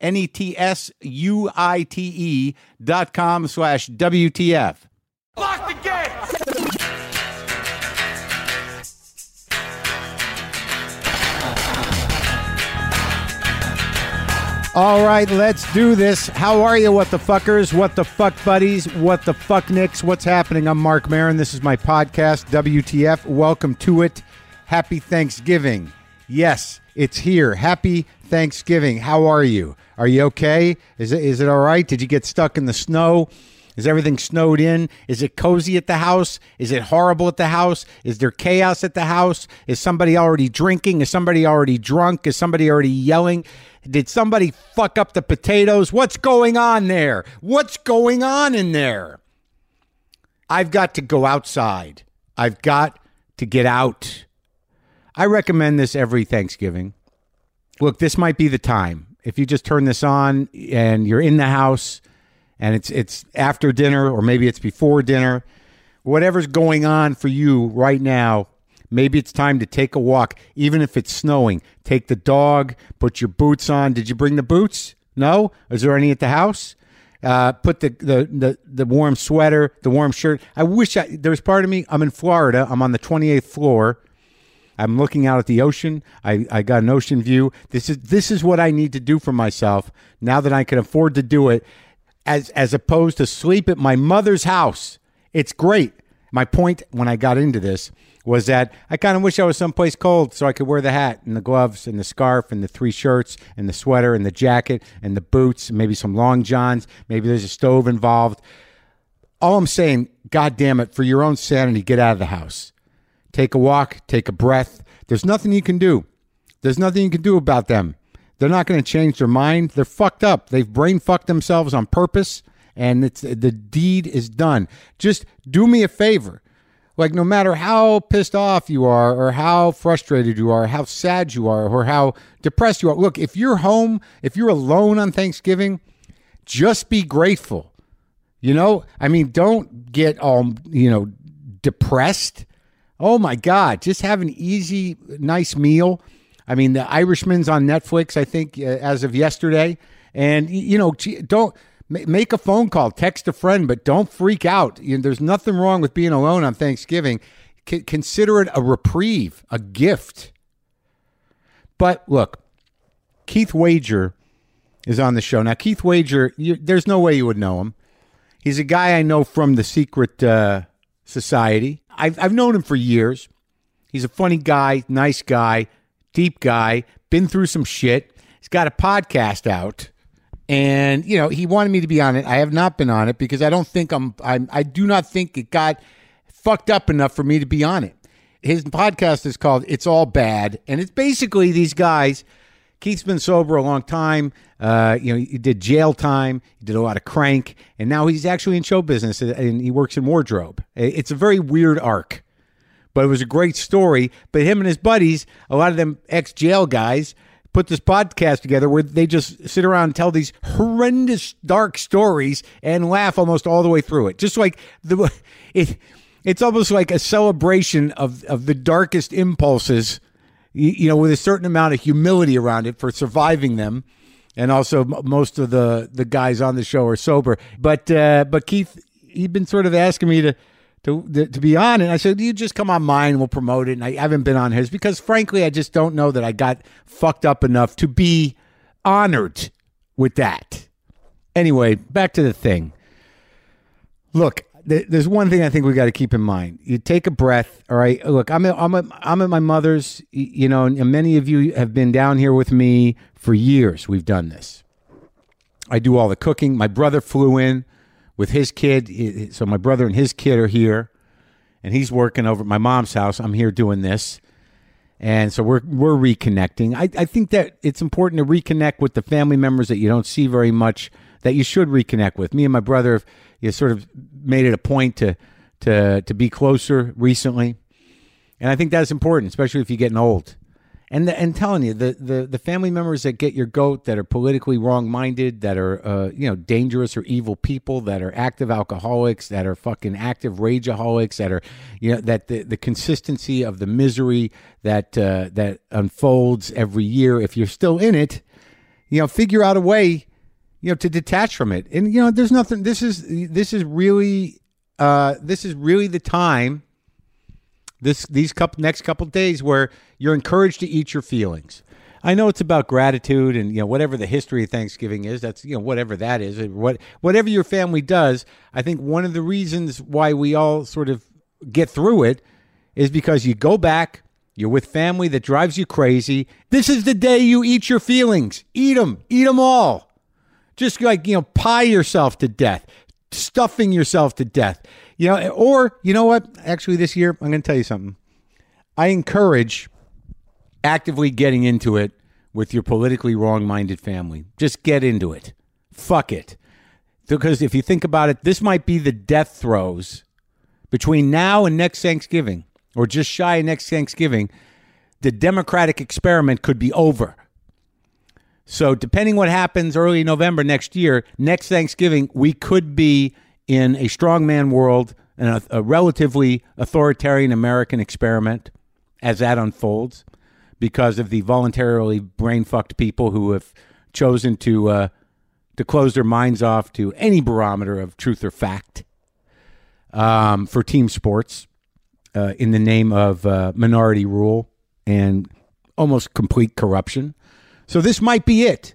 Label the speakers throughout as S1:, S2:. S1: N E T S U I T E dot com slash WTF.
S2: Lock the gate!
S1: All right, let's do this. How are you, what the fuckers? What the fuck buddies? What the fuck nicks? What's happening? I'm Mark Marin. This is my podcast, WTF. Welcome to it. Happy Thanksgiving. Yes, it's here. Happy Thanksgiving. How are you? Are you okay? Is it, is it all right? Did you get stuck in the snow? Is everything snowed in? Is it cozy at the house? Is it horrible at the house? Is there chaos at the house? Is somebody already drinking? Is somebody already drunk? Is somebody already yelling? Did somebody fuck up the potatoes? What's going on there? What's going on in there? I've got to go outside. I've got to get out. I recommend this every Thanksgiving look, this might be the time. If you just turn this on and you're in the house and it's it's after dinner or maybe it's before dinner, whatever's going on for you right now, maybe it's time to take a walk even if it's snowing. Take the dog, put your boots on. Did you bring the boots? No? Is there any at the house? Uh, put the, the, the, the warm sweater, the warm shirt. I wish I, there's part of me, I'm in Florida. I'm on the 28th floor. I'm looking out at the ocean. I, I got an ocean view. This is this is what I need to do for myself now that I can afford to do it as as opposed to sleep at my mother's house. It's great. My point when I got into this was that I kind of wish I was someplace cold so I could wear the hat and the gloves and the scarf and the three shirts and the sweater and the jacket and the boots and maybe some long johns. Maybe there's a stove involved. All I'm saying, God damn it, for your own sanity, get out of the house take a walk, take a breath. There's nothing you can do. There's nothing you can do about them. They're not going to change their mind. They're fucked up. They've brain fucked themselves on purpose, and it's the deed is done. Just do me a favor. Like no matter how pissed off you are, or how frustrated you are, how sad you are, or how depressed you are. Look, if you're home, if you're alone on Thanksgiving, just be grateful. You know, I mean, don't get all, you know, depressed. Oh my God, just have an easy, nice meal. I mean, The Irishman's on Netflix, I think, uh, as of yesterday. And, y- you know, gee, don't ma- make a phone call, text a friend, but don't freak out. You know, there's nothing wrong with being alone on Thanksgiving. C- consider it a reprieve, a gift. But look, Keith Wager is on the show. Now, Keith Wager, you, there's no way you would know him. He's a guy I know from the Secret uh, Society. I've, I've known him for years. He's a funny guy, nice guy, deep guy, been through some shit. He's got a podcast out. And, you know, he wanted me to be on it. I have not been on it because I don't think I'm, I'm I do not think it got fucked up enough for me to be on it. His podcast is called It's All Bad. And it's basically these guys Keith's been sober a long time. Uh, you know, he did jail time. He did a lot of crank, and now he's actually in show business and- and he works in wardrobe. I- It's a very weird arc, but it was a great story. But him and his buddies, a lot of them ex jail guys, put this podcast together where they just sit around and tell these horrendous dark stories and laugh almost all the way through it. Just like the it, it's almost like a celebration of of the darkest impulses you, you know, with a certain amount of humility around it for surviving them. And also, m- most of the the guys on the show are sober. But uh, but Keith, he'd been sort of asking me to. To, to be on and I said you just come on mine we'll promote it and I haven't been on his because frankly I just don't know that I got fucked up enough to be honored with that anyway back to the thing Look, th- there's one thing I think we got to keep in mind. You take a breath. All right. Look, I'm at, I'm at, I'm at my mother's, y- you know, and many of you have been down here with me for years. We've done this. I do all the cooking. My brother flew in with his kid. I- I- So my brother and his kid are here and he's working over at my mom's house. I'm here doing this. And so we're we're reconnecting. I, I think that it's important to reconnect with the family members that you don't see very much that you should reconnect with. Me and my brother have you know, sort of made it a point to to to be closer recently. And I think that's important, especially if you're getting old. And the, and telling you the, the the family members that get your goat that are politically wrong minded, that are uh, you know dangerous or evil people, that are active alcoholics, that are fucking active rageaholics, that are you know that the, the consistency of the misery that uh, that unfolds every year. If you're still in it, you know, figure out a way you know to detach from it. And you know, there's nothing. This is this is really uh, this is really the time this these couple next couple days where you're encouraged to eat your feelings. I know it's about gratitude and you know whatever the history of Thanksgiving is. That's you know whatever that is. What whatever your family does, I think one of the reasons why we all sort of get through it is because you go back. You're with family that drives you crazy. This is the day you eat your feelings. Eat them. Eat them all just like you know pie yourself to death stuffing yourself to death you know or you know what actually this year i'm going to tell you something i encourage actively getting into it with your politically wrong-minded family just get into it fuck it because if you think about it this might be the death throes between now and next thanksgiving or just shy of next thanksgiving the democratic experiment could be over so depending what happens early November next year, next Thanksgiving, we could be in a strongman world and a, a relatively authoritarian American experiment as that unfolds because of the voluntarily brain fucked people who have chosen to uh, to close their minds off to any barometer of truth or fact um, for team sports uh, in the name of uh, minority rule and almost complete corruption. So this might be it.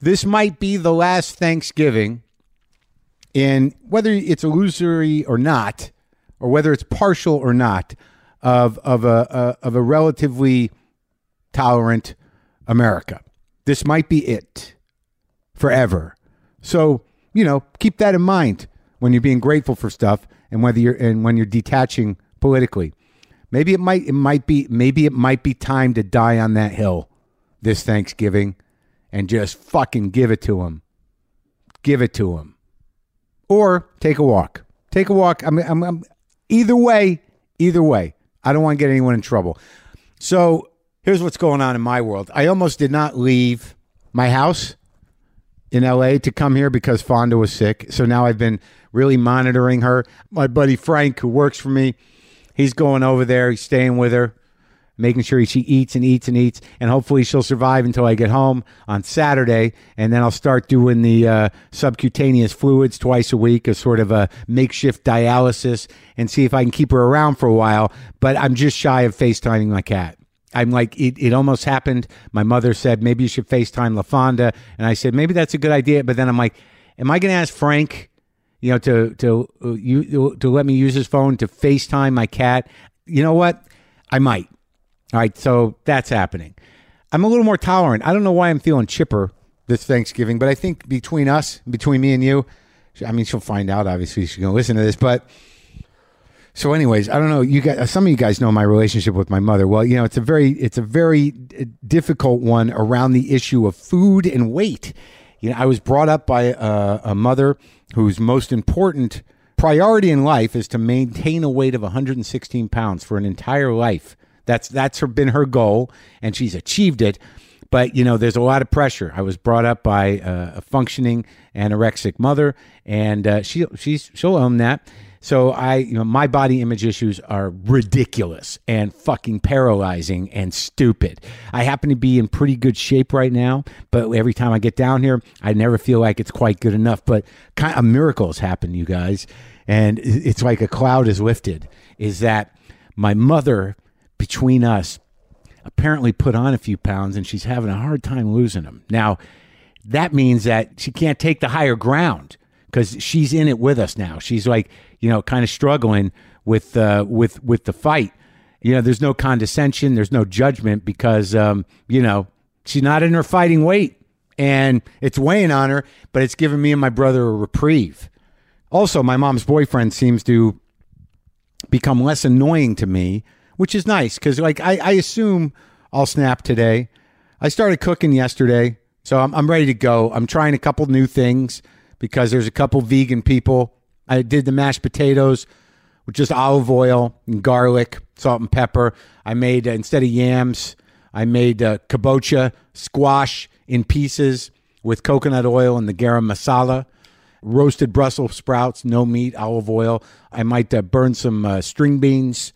S1: This might be the last Thanksgiving in whether it's illusory or not, or whether it's partial or not, of of a, a of a relatively tolerant America. This might be it forever. So you know, keep that in mind when you're being grateful for stuff, and whether you're and when you're detaching politically. Maybe it might it might be maybe it might be time to die on that hill this Thanksgiving, and just fucking give it to him. Give it to him, or take a walk. Take a walk. I'm, I'm, I'm either way. Either way, I don't want to get anyone in trouble. So here's what's going on in my world. I almost did not leave my house in LA to come here because Fonda was sick. So now I've been really monitoring her. My buddy Frank, who works for me, he's going over there. He's staying with her, making sure she eats and eats and eats. And hopefully she'll survive until I get home on Saturday. And then I'll start doing the uh, subcutaneous fluids twice a week as sort of a makeshift dialysis and see if I can keep her around for a while. But I'm just shy of FaceTiming my cat. I'm like, it, it almost happened. My mother said, maybe you should FaceTime LaFonda. And I said, maybe that's a good idea. But then I'm like, am I going to ask Frank, you know, to, to, uh, you, to let me use his phone to FaceTime my cat? You know what? I might. All right. So that's happening. I'm a little more tolerant. I don't know why I'm feeling chipper this Thanksgiving, but I think between us, between me and you, I mean, she'll find out, obviously, she's going to listen to this, but. So, anyways, I don't know. You guys, some of you guys know my relationship with my mother. Well, you know, it's a very, it's a very uh, difficult one around the issue of food and weight. You know, I was brought up by uh, a, a mother whose most important priority in life is to maintain a weight of 116 pounds for an entire life. That's that's her been her goal, and she's achieved it. But you know, there's a lot of pressure. I was brought up by uh, a functioning anorexic mother, and uh, she she's she'll own that. So I, you know, my body image issues are ridiculous and fucking paralyzing and stupid. I happen to be in pretty good shape right now, but every time I get down here, I never feel like it's quite good enough. But kind of miracles happen, you guys, and it's like a cloud is lifted. Is that my mother between us apparently put on a few pounds and she's having a hard time losing them. Now, that means that she can't take the higher ground because she's in it with us now. She's like, you know, kind of struggling with uh, with with the fight. You know, there's no condescension, there's no judgment because um, you know she's not in her fighting weight, and it's weighing on her, but it's giving me and my brother a reprieve. Also, my mom's boyfriend seems to become less annoying to me, which is nice because like I, I assume I'll snap today. I started cooking yesterday, so I'm, I'm ready to go. I'm trying a couple new things because there's a couple vegan people. I did the mashed potatoes with just olive oil and garlic, salt and pepper. I made uh, instead of yams, I made uh, kabocha squash in pieces with coconut oil and the garam masala roasted Brussels sprouts, no meat, olive oil. I might uh, burn some uh, string beans,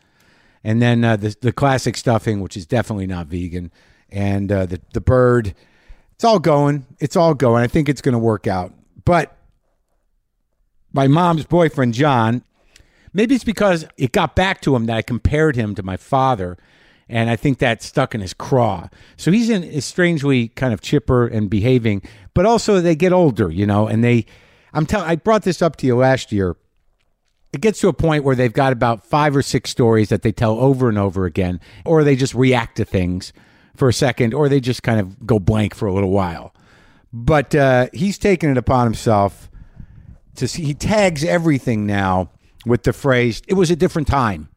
S1: and then uh, the the classic stuffing, which is definitely not vegan, and uh, the the bird. It's all going. It's all going. I think it's going to work out. But my mom's boyfriend John, maybe it's because it got back to him that I compared him to my father. And I think that stuck in his craw. So he's in is strangely kind of chipper and behaving, but also they get older, you know, and they I'm telling I brought this up to you last year. It gets to a point where they've got about five or six stories that they tell over and over again, or they just react to things for a second, or they just kind of go blank for a little while. But uh, he's taken it upon himself to see he tags everything now with the phrase it was a different time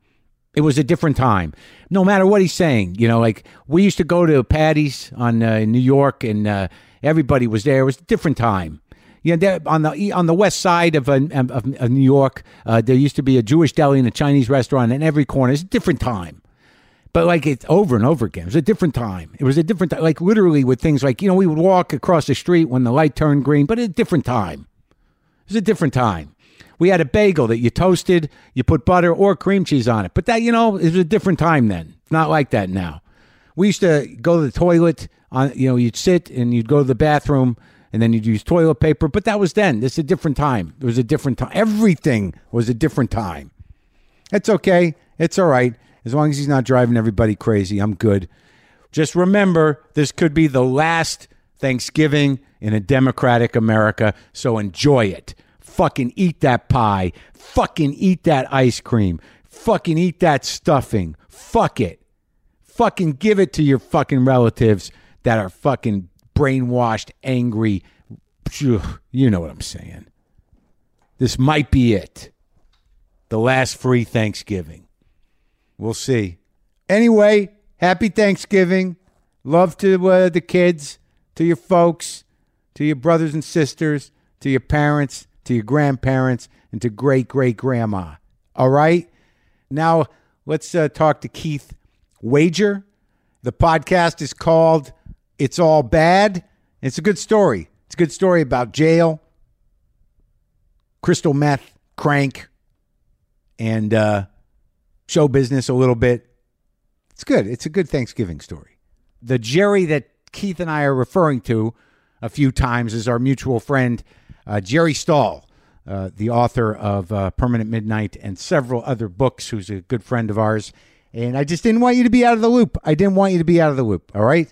S1: it was a different time no matter what he's saying you know like we used to go to patty's on uh, in new york and uh, everybody was there it was a different time you know, there, on the e- on the west side of uh, of, of New York, uh, there used to be a Jewish deli and a Chinese restaurant in every corner. It's a different time, but like it's over and over again. It was a different time. It was a different time. Like literally with things like you know, we would walk across the street when the light turned green, but at a different time. It was a different time. We had a bagel that you toasted, you put butter or cream cheese on it. But that, you know, it was a different time then. It's not like that now. We used to go to the toilet on you know, you'd sit and you'd go to the bathroom and then you'd use toilet paper, but that was then. This is a different time. It was a different time. Everything was a different time. It's okay. It's all right. As long as he's not driving everybody crazy, I'm good. Just remember, this could be the last Thanksgiving in a democratic America, so enjoy it. Fucking eat that pie. Fucking eat that ice cream. Fucking eat that stuffing. Fuck it. Fucking give it to your fucking relatives that are fucking brainwashed, angry. Phew, You know what I'm saying. This might be it. The last free Thanksgiving. We'll see. Anyway, happy Thanksgiving. Love to uh, the kids, to your folks, to your brothers and sisters, to your parents, to your grandparents, and to great great grandma. All right? Now, let's uh, talk to Keith Wager. The podcast is called It's All Bad. It's a good story. It's a good story about jail, crystal meth, crank, and uh, show business a little bit. It's good. It's a good Thanksgiving story. The Jerry that Keith and I are referring to a few times is our mutual friend, uh, Jerry Stahl, uh, the author of uh, Permanent Midnight and several other books, who's a good friend of ours. And I just didn't want you to be out of the loop. I didn't want you to be out of the loop. All right?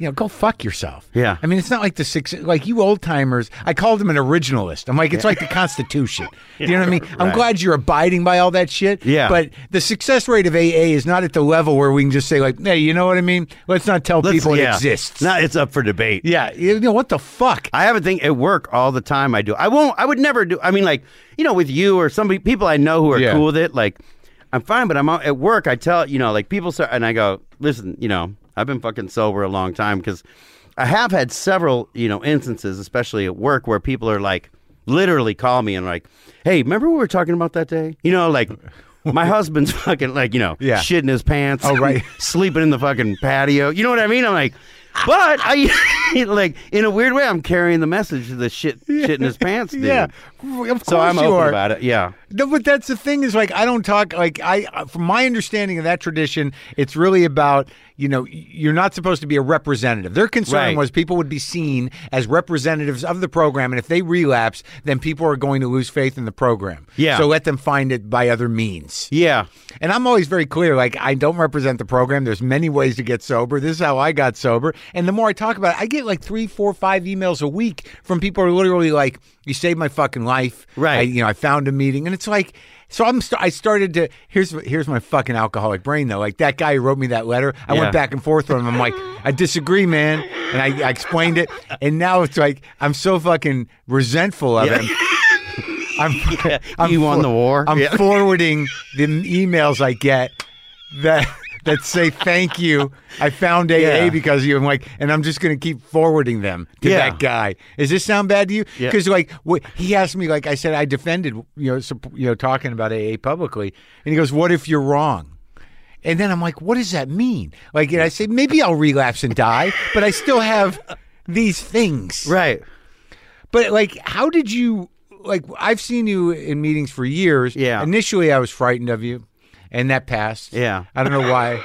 S1: you know, go fuck yourself.
S3: Yeah.
S1: I mean, it's not like the six, like you old timers. I called him an originalist. I'm like, it's like the Constitution. you know what I mean? I'm
S3: Right.
S1: glad you're abiding by all that shit.
S3: Yeah.
S1: But the success rate of AA is not at the level where we can just say like, hey, you know what I mean? Let's not tell
S3: Let's-
S1: people it
S3: yeah.
S1: exists.
S3: No, it's up for debate.
S1: yeah. You know what the fuck?
S3: I have a thing at work all the time. I do. I won't. I would never do. I mean, like you know, with you or somebody, people I know who are
S1: Yeah.
S3: cool with it. Like, I'm fine, but I'm out at work. I tell you know, like people start, and I go, listen, you know, I've been fucking sober a long time because I have had several you know instances, especially at work, where people are like, literally call me and like, hey, remember we were talking about that day? You know, like. My husband's fucking like you know
S1: Yeah.
S3: shitting his pants.
S1: Oh, right.
S3: sleeping in the fucking patio. You know what I mean? I'm like, but I like in a weird way, I'm carrying the message of the shit shit in his pants, dude.
S1: Yeah. Of course
S3: So I'm
S1: you
S3: open
S1: are.
S3: about it. Yeah.
S1: No, but that's the thing is like I don't talk like I uh, from my understanding of that tradition, it's really about you know y- you're not supposed to be a representative. Their concern
S3: Right.
S1: was people would be seen as representatives of the program, and if they relapse, then people are going to lose faith in the program.
S3: Yeah.
S1: So let them find it by other means.
S3: Yeah.
S1: And I'm always very clear, like I don't represent the program. There's many ways to get sober. This is how I got sober. And the more I talk about it, I get like three, four, five emails a week from people who are literally like, "You saved my fucking life."
S3: Right.
S1: I, you know, I found a meeting, and it's like, so I'm. St- I started to. Here's here's my fucking alcoholic brain though. Like that guy who wrote me that letter. I
S3: Yeah.
S1: went back and forth with him. I'm like, I disagree, man, and I, I explained it. And now it's like I'm so fucking resentful of
S3: Yeah.
S1: him. I'm,
S3: You won the war.
S1: I'm
S3: Yeah.
S1: forwarding the m- emails I get that that say thank you. I found AA
S3: Yeah.
S1: because of you. I'm like, and I'm just going to keep forwarding them to
S3: Yeah.
S1: that guy. Does this sound bad to you?
S3: Yeah.
S1: Because like wh- he asked me, like I said, I defended you know sup- you know talking about AA publicly, and he goes, "What if you're wrong?" And then I'm like, what does that mean? Like, and I say, maybe I'll relapse and die, but I still have these things.
S3: Right.
S1: But like, how did you like? I've seen you in meetings for years.
S3: Yeah.
S1: Initially, I was frightened of you, and that passed.
S3: Yeah.
S1: I don't know why.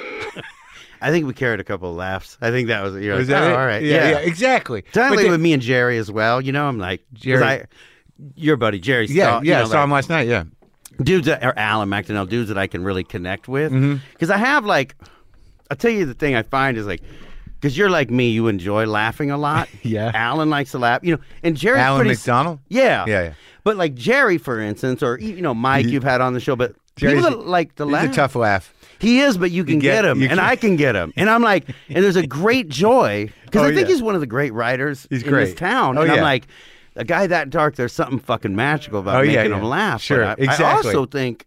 S3: I think we carried a couple of laughs. I think that was you know,
S1: Is that
S3: oh,
S1: it?
S3: all right.
S1: Yeah.
S3: Yeah.
S1: exactly.
S3: Definitely
S1: But the-
S3: with me and Jerry as well. You know, I'm like 'cause
S1: Jerry.
S3: I, your buddy Jerry.
S1: yeah,
S3: Stahl, you
S1: yeah.
S3: know,
S1: saw
S3: like-
S1: him last night. Yeah.
S3: dudes that are Alan McDonnell, dudes that I can really connect with.
S1: Mm-hmm.
S3: Because I have like, I'll tell you the thing I find is like, because you're like me, you enjoy laughing a lot.
S1: Yeah.
S3: Alan likes to laugh, you know, and Jerry's
S1: Alan
S3: pretty,
S1: McDonald?
S3: Yeah.
S1: Yeah, yeah.
S3: But like Jerry, for instance, or you know Mike, you've had on the show, but
S1: Jerry's-
S3: people that like to
S1: He's
S3: laugh.
S1: a tough laugh.
S3: He is, but you can
S1: get-
S3: get, him,
S1: you
S3: and
S1: can-
S3: I can get him, and I'm like, and there's a great joy because
S1: Oh,
S3: I think
S1: yeah.
S3: he's one of the great writers
S1: He's
S3: in
S1: great.
S3: this town,
S1: Oh,
S3: and
S1: yeah.
S3: I'm like, a guy that dark, there's something fucking magical about
S1: Oh, yeah,
S3: making
S1: yeah.
S3: him laugh. But
S1: Sure,
S3: I, I
S1: exactly.
S3: also think,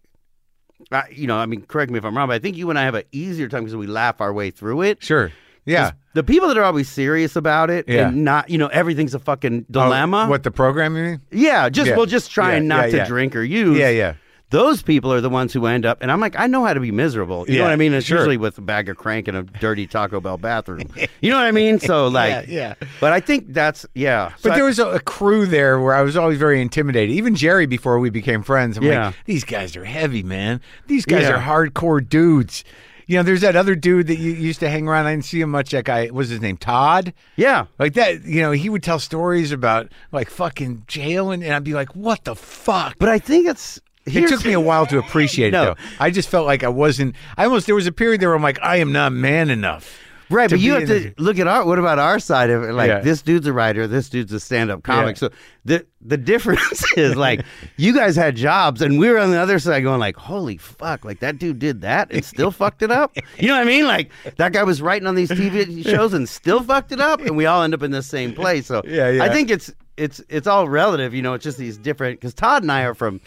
S3: I, you know, I mean, correct me if I'm wrong, but I think you and I have an easier time because we laugh our way through it.
S1: Sure. Yeah.
S3: 'Cause The people that are always serious about it
S1: Yeah.
S3: and not, you know, everything's a fucking dilemma.
S1: Oh, what the program? You mean?
S3: Yeah, just
S1: Yeah.
S3: well, just trying
S1: Yeah,
S3: not
S1: yeah,
S3: to
S1: yeah.
S3: drink or use.
S1: Yeah, yeah.
S3: Those people are the ones who end up, and I'm like, I know how to be miserable. You
S1: Yeah,
S3: know what I mean? It's
S1: sure.
S3: usually with a bag of crank in a dirty Taco Bell bathroom. you know what I mean? So like,
S1: yeah.
S3: But I think that's yeah. So
S1: But
S3: I-
S1: there was a, a crew there where I was always very intimidated. Even Jerry, before we became friends, I'm
S3: Yeah.
S1: like, these guys are heavy, man. These guys
S3: Yeah.
S1: are hardcore dudes. You know, there's that other dude that you used to hang around. I didn't see him much. That guy, what was his name? Todd?
S3: yeah.
S1: Like that, you know, he would tell stories about like fucking jailing, and I'd be like, what the fuck?
S3: But I think it's
S1: it
S3: here's-
S1: took me a while to appreciate
S3: No.
S1: it, though. I just felt like I wasn't, I almost, there was a period there where I'm like, I am not man enough.
S3: Right,
S1: to
S3: but you
S1: be
S3: have to
S1: in
S3: look at our. What about our side of it? Like
S1: Yeah.
S3: this dude's a writer, this dude's a stand-up comic.
S1: Yeah.
S3: So the the difference is like you guys had jobs, and we were on the other side going like, "Holy fuck!" Like that dude did that and still fucked it up. You know what I mean? Like that guy was writing on these TV shows and still fucked it up, and we all end up in the same place. So
S1: Yeah, yeah.
S3: I think it's it's it's all relative. You know, it's just these different because Todd and I are from.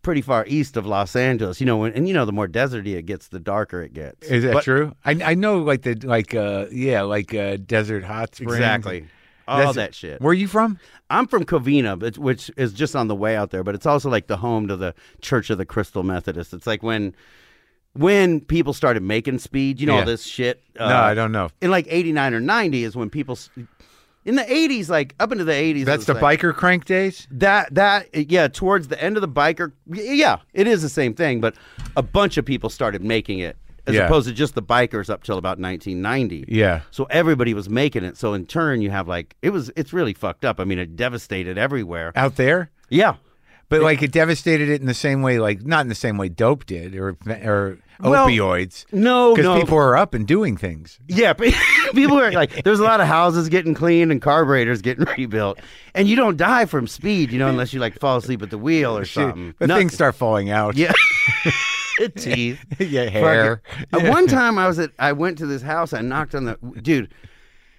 S3: Pretty far east of Los Angeles, you know, and, and you know, the more deserty it gets, the darker it gets.
S1: Is that
S3: But-
S1: true? I I know like the like uh yeah like uh desert hot springs.
S3: Exactly. All
S1: That's-
S3: that shit.
S1: Where are you from?
S3: I'm from Covina, but- which is just on the way out there, but it's also like the home to the Church of the Crystal Methodist. It's like when when people started making speed, you know,
S1: Yeah.
S3: all this shit. Uh,
S1: no, I don't know.
S3: In like 89 or 90 is when people, s- in the 80s, like up into the 80s.
S1: That's
S3: it's
S1: the
S3: like-
S1: biker crank days.
S3: That, that, yeah, towards the end of the biker. Yeah, it is the same thing, but a bunch of people started making it. as
S4: Yeah.
S3: opposed to just the bikers up till about 1990.
S4: Yeah.
S3: So everybody was making it. So in turn, you have like it was. It's really fucked up. I mean, it devastated everywhere.
S1: out there.
S3: Yeah.
S1: But like it devastated it in the same way, like not in the same way dope did or or
S3: Well,
S1: opioids.
S3: no,
S1: because
S3: no.
S1: people are up and doing things.
S3: Yeah, but people are like, there's a lot of houses getting cleaned and carburetors getting rebuilt, and you don't die from speed, you know, unless you like fall asleep at the wheel or something.
S1: But
S3: No-
S1: things start falling out.
S3: yeah, teeth,
S1: Yeah, hair.
S3: Fuck it. Uh, One time I was at, I went to this house, I knocked on the dude.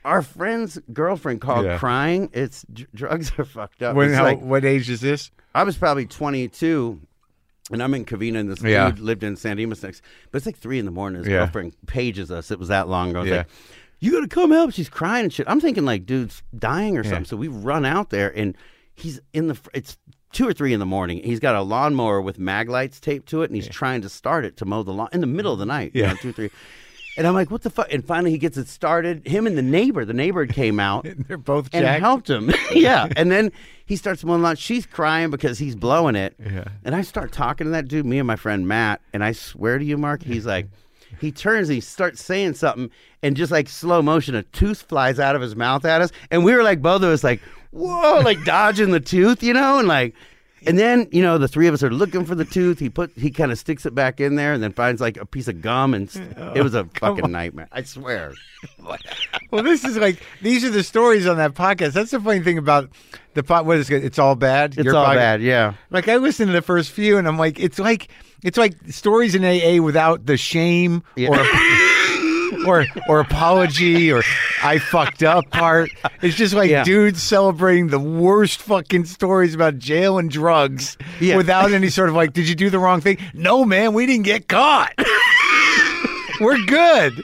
S3: Our friend's girlfriend called
S4: Yeah.
S3: crying. It's dr- drugs are fucked up.
S1: When,
S3: It's
S1: how,
S3: like-
S1: what age is this?
S3: I was probably 22, and I'm in Covina, and this
S4: Yeah.
S3: dude lived in San Dimas next. But it's like three in the morning. His
S4: Yeah.
S3: girlfriend pages us. It was that long ago. It's
S4: Yeah.
S3: like, you gotta come help. She's crying and shit. I'm thinking like, dude's dying or something. So we run out there, and he's in the. fr- It's two or three in the morning. He's got a lawnmower with mag lights taped to it, and he's trying to start it to mow the lawn in the middle of the night. you
S4: Yeah.
S3: know, two or three. And I'm like, what the fuck? And finally, he gets it started. Him and the neighbor. The neighbor came out
S1: They're both
S3: and
S1: jacked.
S3: helped him. yeah. And then he starts blowing out. She's crying because he's blowing it. Yeah. And I start talking to that dude, me and my friend Matt, and I swear to you, Mark, he's like, he turns and he starts saying something, and just like slow motion, a tooth flies out of his mouth at us. And we were like, both of us, like, whoa, like dodging the tooth, you know? And like, and then you know the three of us are looking for the tooth. He put he kind of sticks it back in there, and then finds like a piece of gum, and s- it was a fucking nightmare. I swear.
S1: Well, this is like these are the stories on that podcast. That's the funny thing about the pot. What is it? It's all bad.
S3: It's all bad, yeah.
S1: Like I listened to the first few, and I'm like, it's like it's like stories in AA without the shame or or or apology or I fucked up part. It's just like
S3: Yeah.
S1: dudes celebrating the worst fucking stories about jail and drugs
S3: Yeah.
S1: without any sort of like, did you do the wrong thing? No, man, we didn't get caught. We're good.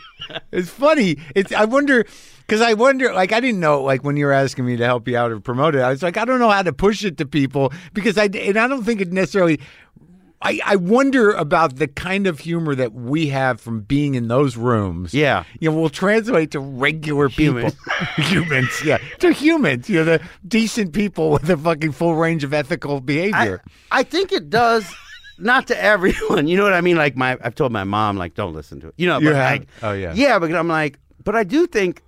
S1: It's funny. It's I wonder because I wonder like I didn't know like when you were asking me to help you out or promote it. I was like I don't know how to push it to people because I and I don't think it necessarily. I, I wonder about the kind of humor that we have from being in those rooms.
S3: Yeah.
S1: You know, will translate to regular
S3: Human.
S1: people. humans, yeah. To humans. You know, the decent people with a fucking full range of ethical behavior.
S3: I, I think it does. Not to everyone, you know what I mean. Like my, I've told my mom, like, don't listen to it. You know,
S1: You
S3: but
S1: have?
S3: like,
S1: Oh, yeah.
S3: yeah. But I'm like, but I do think,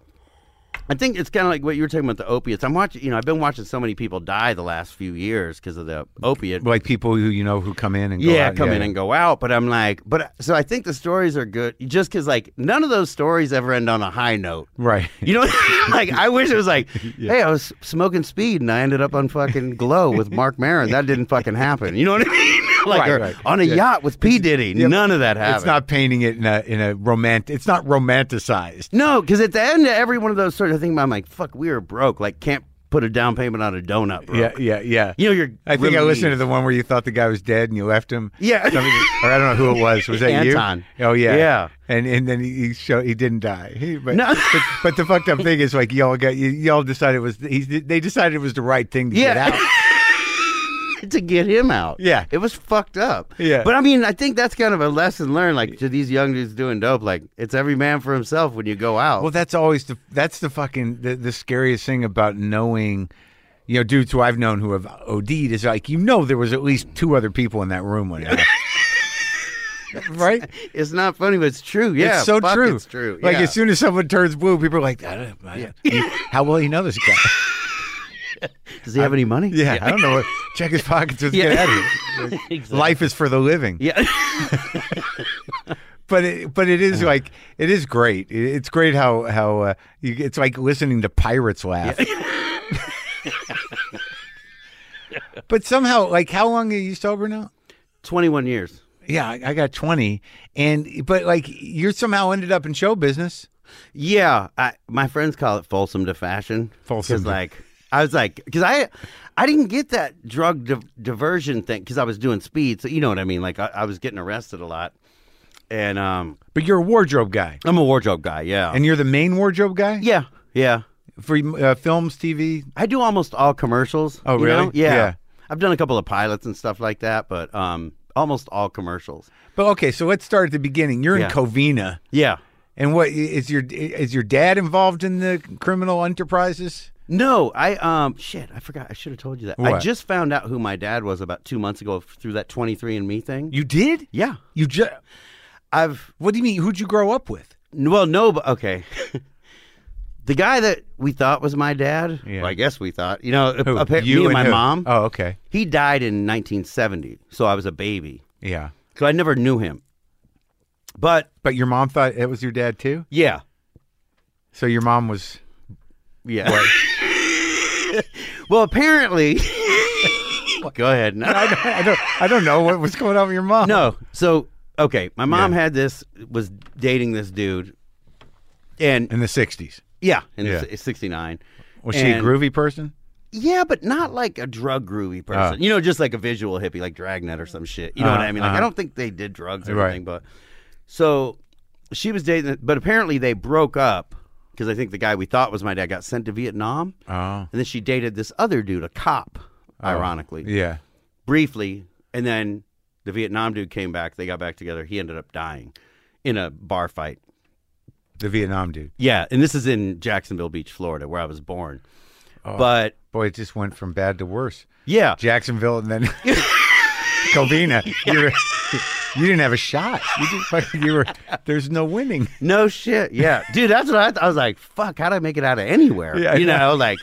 S3: I think it's kind of like what you were talking about the opiates. I'm watching, you know, I've been watching so many people die the last few years because of the opiate.
S1: like people who you know who come in and go
S3: yeah,
S1: out,
S3: come in and go out. But I'm like, but so I think the stories are good, just because like none of those stories ever end on a high note.
S1: Right.
S3: You know, like I wish it was like, hey, I was smoking speed and I ended up on fucking Glow with Mark Maron. That didn't fucking happen. You know what I mean? like
S1: Right,
S3: or
S1: right.
S3: on a yacht with P Diddy. None of that happened.
S1: It's not painting it in a in a romantic. It's not romanticized.
S3: No, because at the end of every one of those stories, I think I'm like, fuck, we were broke. Like, can't put a down payment on a donut, bro.
S1: Yeah, yeah, yeah.
S3: You know, you're.
S1: I think I
S3: relieved.
S1: listened to the one where you thought the guy was dead and you left him.
S3: Yeah.
S1: Somebody- or I don't know who it was. Was that
S3: Anton.
S1: you? Oh yeah,
S3: Yeah.
S1: And and then he, he showed he didn't die. He- but,
S3: No.
S1: but but the fucked up thing is like y'all got y- y'all decided it was he, they decided it was the right thing to get
S3: Yeah.
S1: out.
S3: to get him out.
S1: Yeah.
S3: It was fucked up.
S1: Yeah.
S3: But I mean, I think that's kind of a lesson learned, like to these young dudes doing dope. Like, it's every man for himself when you go out.
S1: Well, that's always the that's the fucking the, the scariest thing about knowing, you know, dudes who I've known who have OD'd is like you know there was at least two other people in that room when it happened. right?
S3: it's not funny, but it's true. Yeah.
S1: it's so
S3: fuck,
S1: true.
S3: It's true.
S1: Like
S3: yeah.
S1: as soon as someone turns blue, people are like, I don't, I don't- "How well you know this guy?"
S3: Does he have any money?
S1: Yeah, I don't know. What, check his pockets. Let's
S3: Yeah.
S1: get out of here. Life is for the living.
S3: Yeah.
S1: But it, but it is like it is great. It- It's great how how uh, you, it's like listening to pirates laugh. but somehow, like, how long are you sober now?
S3: 21 years.
S1: Yeah, I, I got twenty, and but like you somehow ended up in show business.
S3: Yeah. I, my friends call it Folsom to fashion.
S1: Folsom
S3: 'Cause,
S1: to-
S3: like, I was like, because I. I didn't get that drug di- diversion thing because I was doing speed, so you know what I mean. Like I, I was getting arrested a lot, and um,
S1: But you're a wardrobe guy,
S3: I'm a wardrobe guy. Yeah,
S1: and you're the main wardrobe guy.
S3: yeah, yeah.
S1: for uh, films, TV.
S3: I do almost all commercials.
S1: Oh,
S3: you
S1: really?
S3: know? Yeah.
S1: Yeah.
S3: I've done a couple of pilots and stuff like that, but um, almost all commercials.
S1: But okay, so let's start at the beginning. You're
S3: Yeah.
S1: in Covina,
S3: Yeah.
S1: and what is your is your dad involved in the criminal enterprises?
S3: No, I um shit, I forgot. I should have told you that. I
S1: What?
S3: just found out who my dad was about two months ago through that 23andMe thing.
S1: You did?
S3: yeah.
S1: You just
S3: I've
S5: What do you mean? Who'd you grow up with?
S3: well, no, but okay. the guy that we thought was my dad.
S1: Yeah.
S3: Well, I guess we thought. You know,
S1: Who,
S3: appa- me and my
S1: who?
S3: mom.
S1: Oh, okay.
S3: He died in 1970, so I was a baby.
S1: Yeah.
S3: So I never knew him. But
S1: But your mom thought it was your dad too.
S3: yeah,
S1: So your mom was
S3: yeah. well, apparently. Go ahead. No,
S1: I don't I don't know what was going on with your mom.
S3: no. So okay, my mom had this was dating this dude, and
S1: In the sixties.
S3: yeah, in
S1: Yeah.
S3: the '69.
S1: Was she a
S3: And-
S1: groovy person?
S3: Yeah, but not like a drug groovy person. you know, just like a visual hippie, like Dragnet or some shit. You know what
S1: Ah. Uh-huh,
S3: I mean? Like,
S1: uh-huh.
S3: I don't think they did drugs or
S1: Right.
S3: anything. But so she was dating, but apparently they broke up because I think the guy we thought was my dad got sent to Vietnam,
S1: Oh.
S3: and then she dated this other dude, a cop, ironically,
S1: Yeah.
S3: briefly, and then the Vietnam dude came back. They got back together. He ended up dying in a bar fight.
S1: The Vietnam dude.
S3: Yeah, and this is in Jacksonville Beach, Florida, where I was born.
S1: Oh.
S3: But
S1: Boy, it just went from bad to worse.
S3: yeah,
S1: Jacksonville and then Covina. You, were, you didn't have a shot. You, just, fucking- you were there's no winning.
S3: No shit. Yeah. Dude, that's what I thought. I was like, fuck, how'd I make it out of anywhere?
S1: Yeah, I
S3: you know, like,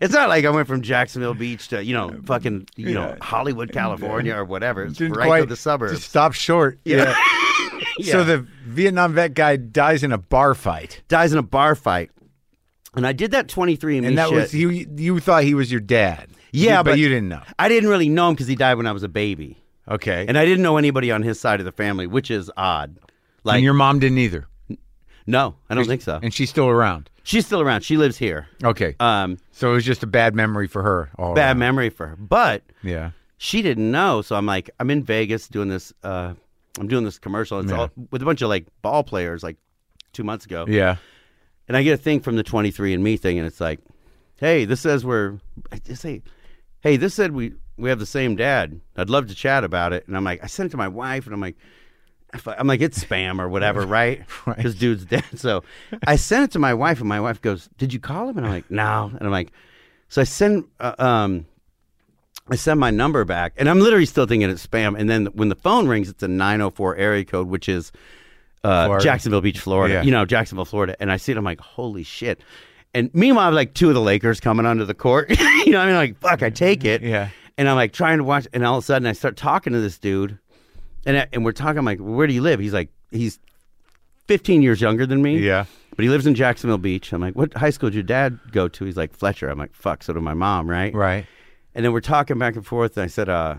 S3: it's not like I went from Jacksonville Beach to, you know, fucking, you know, Hollywood, California or whatever. It's
S1: Didn't
S3: right to
S1: quite-
S3: the suburbs.
S1: Just stopped short. Yeah.
S3: Yeah.
S1: So the Vietnam vet guy dies in a bar fight,
S3: dies in a bar fight. And I did that 23
S1: and that
S3: shit.
S1: was you. You thought he was your dad. You-
S3: Yeah,
S1: but,
S3: but-
S1: you didn't know.
S3: I didn't really know him because he died when I was a baby.
S1: Okay, and,
S3: And I didn't know anybody on his side of the family, which is odd. Like,
S1: your mom didn't either,
S3: no, I don't think so.
S1: and she's still around.
S3: She's still around. She lives here.
S1: Okay,
S3: Um,
S1: so it was just a bad memory for her. all
S3: bad
S1: around.
S3: memory for her. But
S1: Yeah.
S3: she didn't know. So I'm like, I'm in Vegas doing this. Uh, I'm doing this commercial. It's all with a bunch of like ball players, like two months ago.
S1: Yeah.
S3: And I get a thing from the 23andMe thing, and it's like, hey, this says we're. I just say, hey, this said we we have the same dad. I'd love to chat about it. And I'm like, I sent it to my wife, and I'm like. if I- I'm like it's spam or whatever, right?
S1: Right.
S3: This dude's dead. So I sent it to my wife, and my wife goes, "Did you call him?" And I'm like, "No." And I'm like, so I send uh, um, I send my number back, and I'm literally still thinking it's spam. And then when the phone rings, it's a 904 area code, which is uh,
S1: Florida.
S3: Jacksonville Beach, Florida.
S1: Yeah.
S3: You know, Jacksonville, Florida. And I see it, I'm like, holy shit. And meanwhile, like two of the Lakers coming onto the court. you know, what I mean, like, fuck, I take it.
S1: Yeah.
S3: And I'm like trying to watch, and all of a sudden I start talking to this dude, and I, and we're talking. I'm like, where do you live? He's like, he's 15 years younger than me.
S1: Yeah.
S3: But he lives in Jacksonville Beach. I'm like, what high school did your dad go to? He's like, Fletcher. I'm like, fuck, so did my mom, right?
S1: Right.
S3: And then we're talking back and forth, and I said, uh,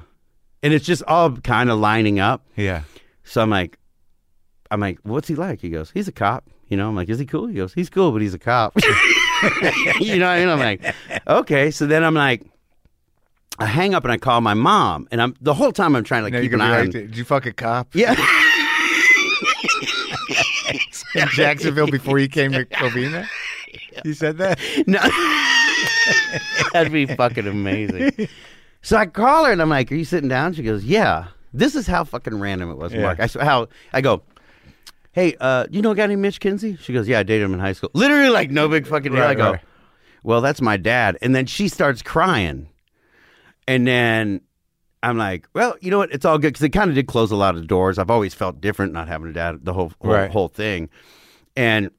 S3: and it's just all kind of lining up.
S1: Yeah.
S3: So I'm like, I'm like, what's he like? He goes, he's a cop. You know, I'm like, is he cool? He goes, he's cool, but he's a cop. you know, and I'm like, okay. So then I'm like, I hang up and I call my mom, and I'm the whole time I'm trying to like,
S1: Now you're
S3: keep an
S1: gonna be
S3: eye.
S1: like,
S3: on,
S1: did you fuck a cop
S3: yeah,
S1: in Jacksonville before you came to Covina? You said that.
S3: no, that'd be fucking amazing. So I call her and I'm like, are you sitting down? She goes, yeah. This is how fucking random it was,
S1: Yeah.
S3: Mark. I s- how I go. Hey, uh, you know a guy named Mitch Kinsey? She goes, Yeah, I dated him in high school. Literally, like, no big fucking deal.
S1: Right,
S3: I go,
S1: right.
S3: Well, that's my dad. And then she starts crying. And then I'm like, Well, you know what? It's all good. Cause it kind of did close a lot of doors. I've always felt different not having a dad, the whole, whole,
S1: Right.
S3: whole thing. And,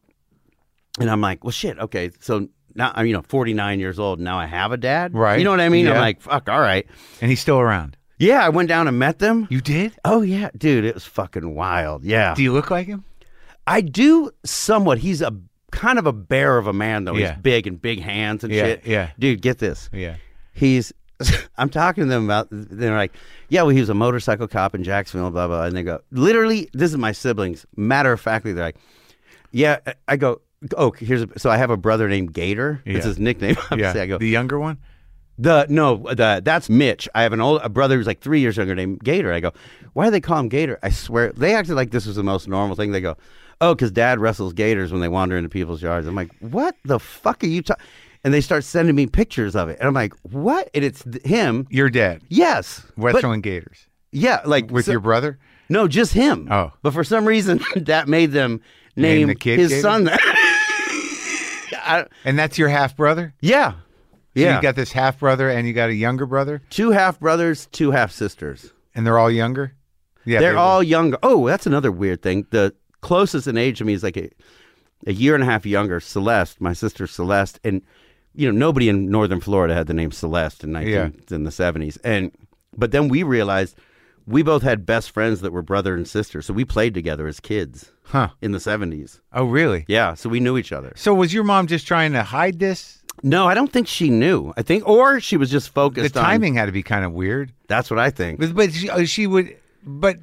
S3: and I'm like, Well, shit. Okay. So now I'm, you know, 49 years old. Now I have a dad.
S1: Right.
S3: You know what I mean? I'm
S1: Yeah.
S3: like, Fuck, all right.
S1: And he's still around.
S3: Yeah. I went down and met them.
S1: You did?
S3: Oh, yeah. Dude, it was fucking wild. Yeah.
S1: Do you look like him?
S3: I do somewhat. He's a kind of a bear of a man though.
S1: Yeah.
S3: He's big and big hands and
S1: Yeah,
S3: shit.
S1: yeah.
S3: Dude, get this.
S1: Yeah.
S3: He's I'm talking to them about they're like, yeah, well he was a motorcycle cop in Jacksonville, blah blah and they go, literally, this is my siblings. Matter of factly, they're like, Yeah, I go, Oh, here's a, so I have a brother named Gator. It's
S1: Yeah.
S3: his nickname.
S1: Yeah.
S3: Obviously. I go
S1: The younger one.
S3: the no the that's Mitch. I have an old a brother who's like three years younger named Gator. I go, why do they call him Gator? I swear they acted like this was the most normal thing. They go, oh, because Dad wrestles gators when they wander into people's yards. I'm like, what the fuck are you talking? And they start sending me pictures of it, and I'm like, what? And it's th- him.
S1: Your dad.
S3: Yes, but-
S1: Westland Gators.
S3: yeah, like
S1: With
S3: so-
S1: your brother?
S3: no, just him.
S1: Oh.
S3: but for some reason that made them name,
S1: the kid
S3: his
S1: Gator?
S3: son that. I,
S1: And that's your half brother?
S3: yeah,
S1: So
S3: yeah.
S1: you got this half brother and you got a younger brother,
S3: two half brothers, two half sisters.
S1: and they're all younger? Yeah,
S3: they're
S1: they were.
S3: all younger. Oh, that's another weird thing. The closest in age to me is like a, a year and a half younger, Celeste, my sister Celeste, and you know nobody in Northern Florida had the name Celeste in nineteen in the seventies, and but then we realized we both had best friends that were brother and sister, so we played together as kids
S1: Huh.
S3: in the seventies.
S1: Oh, really?
S3: Yeah, so we knew each other.
S1: So was your mom just trying to hide this?
S3: No, I don't think she knew. I think, or she was just
S1: The
S3: focused on
S1: timing had to be kind of weird.
S3: That's what I think.
S1: But, but she, uh, she would. But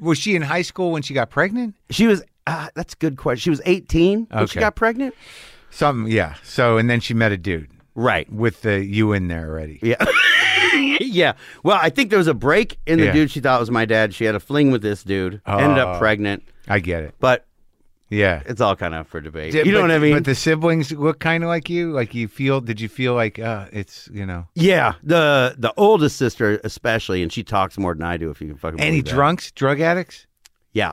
S1: was she in high school when she got pregnant?
S3: She was. Uh, that's a good question. She was 18 when she
S1: Okay.
S3: got pregnant.
S1: Something, yeah. So and then she met a dude
S3: Right.
S1: with the you in there already.
S3: Yeah. yeah. Well, I think there was a break in the
S1: Yeah.
S3: dude she thought was my dad. She had a fling with this dude. ended up
S1: Oh.
S3: pregnant,
S1: I get it.
S3: but
S1: Yeah.
S3: it's all kind of for debate.
S1: Did-
S3: you know
S1: but-
S3: what I mean?
S1: But the siblings look kind of like you. Like you feel. Did you feel like uh, it's you know?
S3: yeah. The the oldest sister especially, and she talks more than I do. If you can fucking
S1: Any
S3: believe that.
S1: drunks, drug addicts?
S3: Yeah.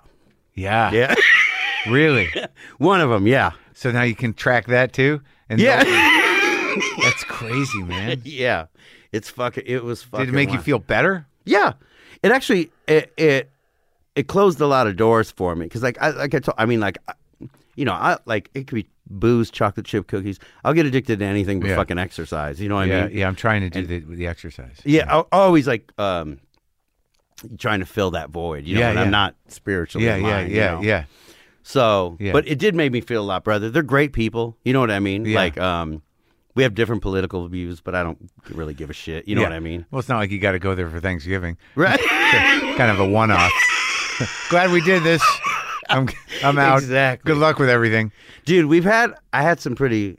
S1: Yeah.
S3: Yeah.
S1: Really?
S3: One of them. Yeah.
S1: so now you can track that too. And
S3: Yeah.
S1: that's crazy, man.
S3: yeah. It's fucking. It was fucking.
S1: Did it make you
S3: wild.
S1: feel better?
S3: Yeah, it actually it it, it closed a lot of doors for me because like I like I told I mean like I- you know I like it could be booze, chocolate chip cookies. I'll get addicted to anything but
S1: Yeah.
S3: fucking exercise. You know what
S1: yeah,
S3: I mean?
S1: yeah. I'm trying to do the, the exercise.
S3: Yeah, I'll- always like um trying to fill that void. You know,
S1: Yeah,
S3: when I'm
S1: yeah.
S3: not spiritually.
S1: yeah, yeah,
S3: aligned, you
S1: yeah,
S3: know?
S1: yeah.
S3: So,
S1: Yeah.
S3: but it did make me feel a lot, brother. They're great people. You know what I mean?
S1: Yeah.
S3: Like um. We have different political views, but I don't really give a shit. You know
S1: Yeah.
S3: what I mean?
S1: Well, it's not like you got to go there for Thanksgiving.
S3: Right?
S1: kind of a one-off. Glad we did this. I'm I'm out.
S3: Exactly.
S1: Good luck with everything.
S3: dude we've had i had some pretty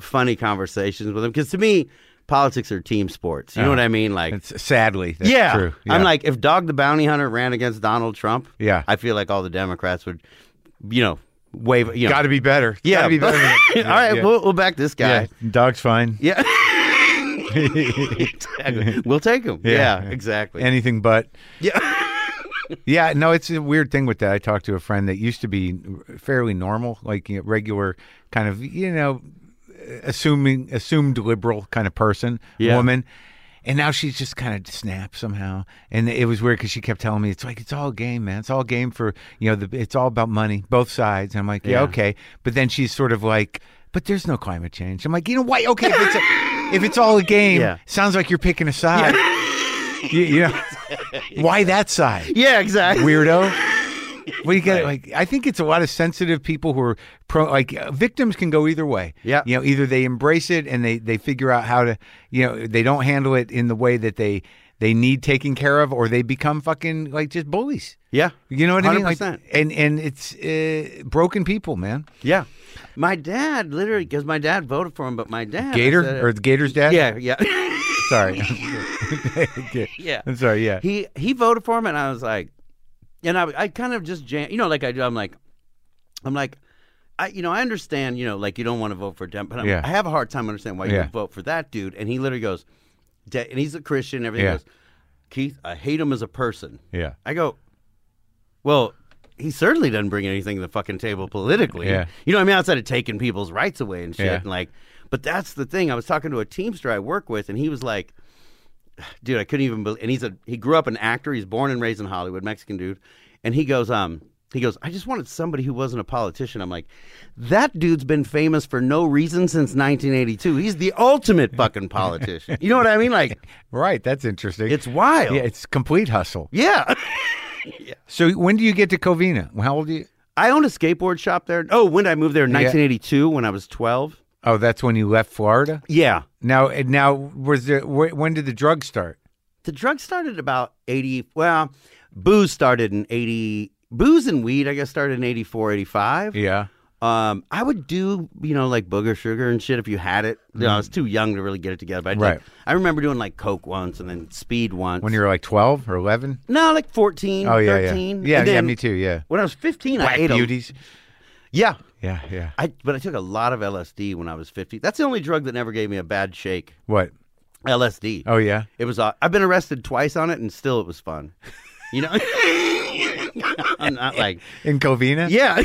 S3: funny conversations with him because to me politics are team sports you know
S1: Yeah.
S3: what i mean like
S1: Uh, It's sadly that's
S3: yeah.
S1: true.
S3: i'm like if dog the bounty hunter ran against donald trump
S1: Yeah.
S3: i feel like all the democrats would you know wave you know
S1: got to be better.
S3: yeah
S1: Gotta be better. than-
S3: all right
S1: yeah.
S3: We'll, we'll back this
S1: yeah.
S3: guy
S1: Dog's fine.
S3: yeah, exactly. we'll take him
S1: Yeah,
S3: yeah,
S1: yeah.
S3: exactly
S1: Anything but.
S3: yeah
S1: Yeah, no, it's a weird thing with that. I talked to a friend that used to be fairly normal, like you know, regular kind of, you know, assuming assumed liberal kind of person,
S3: Yeah.
S1: woman. And now she's just kind of snapped somehow. And it was weird because she kept telling me it's like it's all game, man. It's all game for you know. The, it's all about money, both sides. And I'm like, yeah,
S3: Yeah.
S1: okay. But then she's sort of like, but there's no climate change. I'm like, you know why? Okay, if it's a, if it's all a game,
S3: Yeah.
S1: sounds like you're picking a side. you, you know, why that side?
S3: yeah exactly
S1: weirdo. What do you got?
S3: Right.
S1: Like, I think it's a lot of sensitive people who are pro. Like, uh, victims can go either way.
S3: Yeah.
S1: you know, either they embrace it and they they figure out how to, you know, they don't handle it in the way that they they need taken care of, or they become fucking like just bullies.
S3: yeah
S1: You know what I mean? Like,
S3: 100%.
S1: and and it's uh, broken people, man.
S3: yeah my dad literally because my dad voted for him but my dad I said-
S1: Gator or the Gator's dad?
S3: yeah yeah
S1: sorry.
S3: Yeah.
S1: I'm sorry. Yeah,
S3: he he voted for him, and I was like, and I I kind of just jam, you know, like I do. I'm like, I'm like, I you know I understand, you know, like you don't want to vote for Dem, but I'm,
S1: Yeah.
S3: I have a hard time understanding why you
S1: Yeah.
S3: would vote for that dude. And he literally goes, "Da- and he's a Christian, and everything
S1: Yeah.
S3: goes, Keith, I hate him as a person.
S1: yeah,
S3: I go, well. He certainly doesn't bring anything to the fucking table politically.
S1: Yeah.
S3: You know what I mean? Outside of taking people's rights away and shit.
S1: Yeah.
S3: And like, but that's the thing. I was talking to a Teamster I work with, and he was like, dude, I couldn't even believe. And he's a he grew up an actor. He's born and raised in Hollywood, Mexican dude. And he goes, um, he goes, I just wanted somebody who wasn't a politician. I'm like, that dude's been famous for no reason since 1982. He's the ultimate fucking politician. You know what I mean? Like,
S1: right. That's interesting.
S3: it's wild.
S1: yeah, it's complete hustle.
S3: yeah.
S1: So when do you get to Covina? How old are you?
S3: I owned a skateboard shop there. Oh, when did I move there in
S1: Yeah.
S3: 1982 when I was 12.
S1: Oh, that's when you left Florida.
S3: Yeah.
S1: Now, and now was there? Wh- when did the drug start?
S3: The drug started about 80. Well, booze started in 80. Booze and weed, I guess, started in 84, 85.
S1: Yeah,
S3: Um, I would do, you know, like booger sugar and shit if you had it. You know, I was too young to really get it together. But I, did,
S1: Mm-hmm. Right.
S3: I remember doing like coke once and then speed once.
S1: when you were like twelve or eleven.
S3: no, like 14,
S1: Oh yeah,
S3: 13.
S1: yeah, yeah,
S3: And
S1: yeah.
S3: then
S1: Me too. Yeah,
S3: When I was 15, I
S1: Black
S3: ate a-
S1: beauties.
S3: Yeah.
S1: Yeah, yeah.
S3: I, but I took a lot of LSD when I was 50. That's the only drug that never gave me a bad shake.
S1: What?
S3: LSD.
S1: Oh yeah.
S3: It was. Uh, I've been arrested twice on it, and still it was fun. You know, I'm not like,
S1: In Covina.
S3: yeah,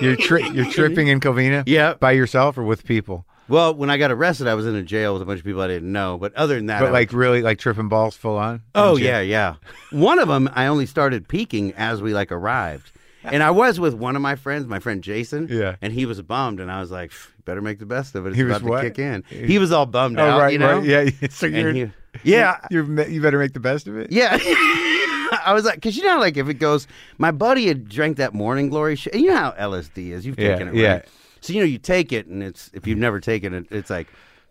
S1: You're tri- you're tripping in Covina.
S3: Yeah.
S1: By yourself or with people?
S3: Well, when I got arrested, I was in a jail with a bunch of people I didn't know. But other than that, I
S1: But
S3: was-
S1: like really, like tripping balls full on.
S3: oh
S1: Didn't you?
S3: yeah, yeah. One of them, I only started peeking as we like arrived, and I was with one of my friends, my friend Jason.
S1: Yeah.
S3: and he was bummed, and I was like, "Pff, "Better make the best of it." It's
S1: He was
S3: about
S1: what?
S3: to kick in. He was all bummed
S1: Oh
S3: out,
S1: right,
S3: you know.
S1: right. Yeah. So
S3: And
S1: you're,
S3: he- yeah,
S1: you're me- you better make the best of it.
S3: Yeah. I was like, because you know, like if it goes, my buddy had drank that morning glory shit. You know how LSD is. You've
S1: Yeah,
S3: taken it,
S1: yeah.
S3: right? So you know, you take it, and it's if you've never taken it, it's like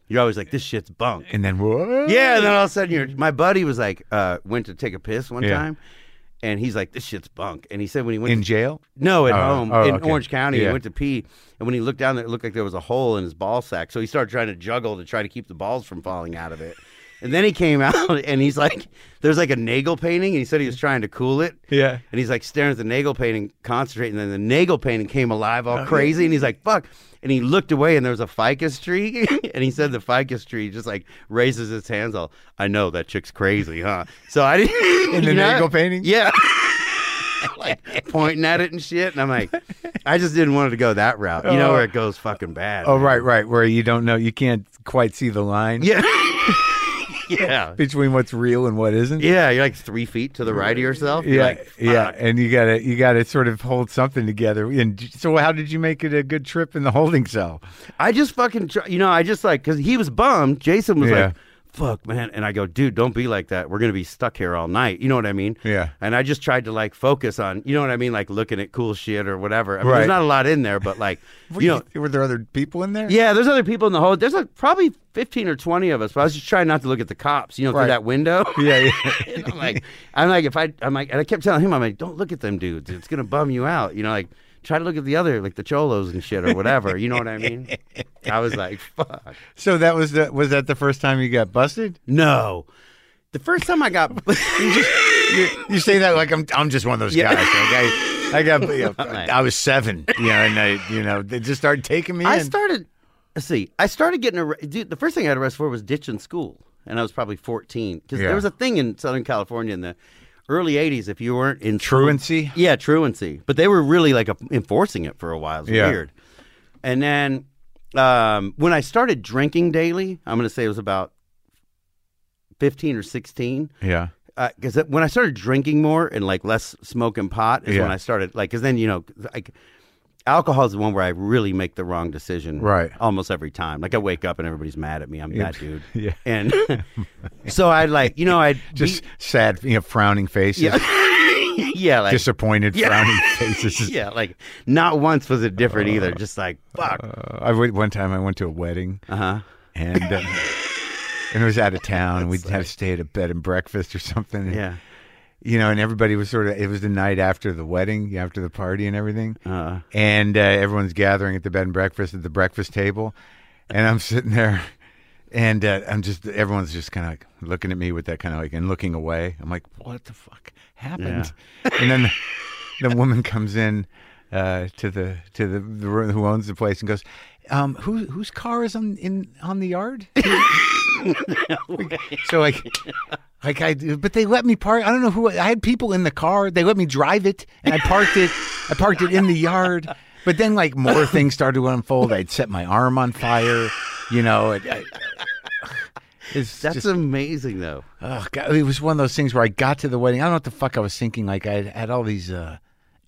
S3: you're always like, this shit's bunk.
S1: And then whoa.
S3: Yeah. And then all of a sudden, you're. My buddy was like, uh, went to take a piss one
S1: Yeah.
S3: time, and he's like, this shit's bunk. And he said when he went
S1: In
S3: to-
S1: jail.
S3: no, at
S1: Oh,
S3: home
S1: oh,
S3: in
S1: okay.
S3: Orange County.
S1: Yeah.
S3: He went to pee, and when he looked down there, it looked like there was a hole in his ball sack. So he started trying to juggle to try to keep the balls from falling out of it. And then he came out, and he's like, "There's like a Nagel painting," and he said he was trying to cool it.
S1: Yeah.
S3: And he's like staring at the Nagel painting, concentrating. And then the Nagel painting came alive,
S1: Oh,
S3: all crazy, and he's like, "Fuck!" And he looked away, and there was a ficus tree. and he said the ficus tree just like raises its hands. All I know that chick's crazy, huh? So I didn't.
S1: In the
S3: you know?
S1: Nagel painting?
S3: Yeah like pointing at it and shit. And I'm like, I just didn't want it to go that route. You know where it goes fucking bad.
S1: Oh
S3: man.
S1: right, right. Where you don't know, you can't quite see the line
S3: Yeah. yeah.
S1: between what's real and what isn't.
S3: Yeah. You're like three feet to the right of yourself. You're
S1: Yeah,
S3: like,
S1: yeah,
S3: fuck.
S1: and you gotta you gotta sort of hold something together. And j- so, how did you make it a good trip in the holding cell?
S3: I just fucking, try, you know, I just like, cause he was bummed. Jason was
S1: Yeah.
S3: like, fuck, man. And I go, dude, don't be like that. We're going to be stuck here all night. You know what I mean?
S1: Yeah.
S3: And I just tried to like focus on, you know what I mean? Like looking at cool shit or whatever. I mean,
S1: Right.
S3: There's not a lot in there, but like, you know,
S1: were there other people in there?
S3: Yeah, there's other people in the whole. There's like probably 15 or 20 of us, but I was just trying not to look at the cops, you know,
S1: Right.
S3: through that window.
S1: yeah, yeah.
S3: And I'm like, I'm like, if I, I'm like, and I kept telling him, I'm like, don't look at them dudes. It's gonna bum you out, you know. Like, try to look at the other, like the cholos and shit or whatever. You know what I mean? I was like, fuck,
S1: So that was the was that the first time you got busted?
S3: no. The first time I got,
S1: You, you say that like I'm I'm just one of those
S3: Yeah.
S1: guys. Like I, I got you know,
S3: Right.
S1: I was seven, you know, and I, you know they just started taking me
S3: I
S1: in.
S3: started. Let's see, I started getting arrested. Dude, the first thing I got arrested for was ditching school, and I was probably 14 because
S1: Yeah.
S3: there was a thing in Southern California in the early 80s. If you weren't in school-
S1: Truancy?
S3: yeah, truancy. But they were really like a, enforcing it for a while. It's
S1: Yeah.
S3: weird. And then um, when I started drinking daily, I'm going to say it was about 15 or 16
S1: yeah,
S3: because when I started drinking more and like less smoking pot is
S1: Yeah.
S3: when I started like because then you know like alcohol is the one where I really make the wrong decision
S1: Right.
S3: almost every time like I wake up and everybody's mad at me I'm that dude
S1: Yeah.
S3: and so I like you know I
S1: just sad, you know, frowning faces,
S3: yeah like
S1: disappointed frowning faces.
S3: yeah like not once was it different either just like fuck
S1: Uh, I went one time. I went to a wedding.
S3: uh huh
S1: and uh, and it was out of town, and we would had to stay at a bed and breakfast or something. and,
S3: yeah
S1: you know, and everybody was sort of. It was the night after the wedding, after the party, and everything.
S3: Uh.
S1: And uh, everyone's gathering at the bed and breakfast at the breakfast table, and I'm sitting there, and uh, I'm just everyone's just kind of like looking at me with that kind of like and looking away. I'm like, what the fuck happened? And then the, the woman comes in. Uh, to the to the, the room who owns the place and goes, um, who whose car is on in on the yard? So like, like I, but they let me park. I don't know who. I had people in the car. They let me drive it, and I parked it. I parked it in the yard. But then like more things started to unfold. I'd set my arm on fire. You know, it, I, it's
S3: that's
S1: just,
S3: amazing though
S1: oh God, it was one of those things where I got to the wedding. I don't know what the fuck I was thinking. Like I had all these uh,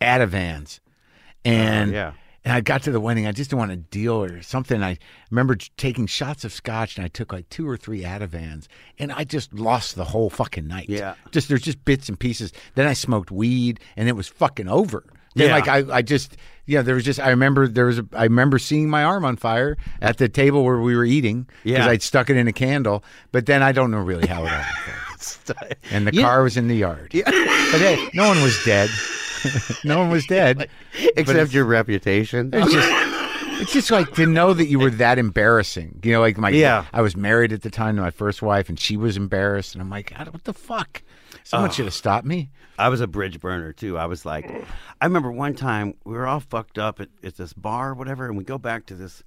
S1: Atavans, and
S3: Uh, yeah.
S1: and I got to the wedding. I just didn't want to deal or something. I remember j- taking shots of scotch, and I took like two or three Atavans, and I just lost the whole fucking night.
S3: Yeah.
S1: just there's just bits and pieces. Then I smoked weed, and it was fucking over. Then
S3: Yeah.
S1: like I, I just yeah, there was just I remember there was a, I remember seeing my arm on fire at the table where we were eating because
S3: Yeah.
S1: I'd stuck it in a candle. But then I don't know really how it all. happened. And the
S3: You-
S1: car was in the yard. But hey, no one was dead. no one was dead.
S3: except your reputation
S1: It's just, it's just like to know that you were that embarrassing. You know, like my
S3: Yeah.
S1: I was married at the time to my first wife, and she was embarrassed, and I'm like, God, what the fuck? Someone should have stopped me.
S3: I was a bridge burner too. I was like, I remember one time we were all fucked up at, at this bar or whatever, and we go back to this.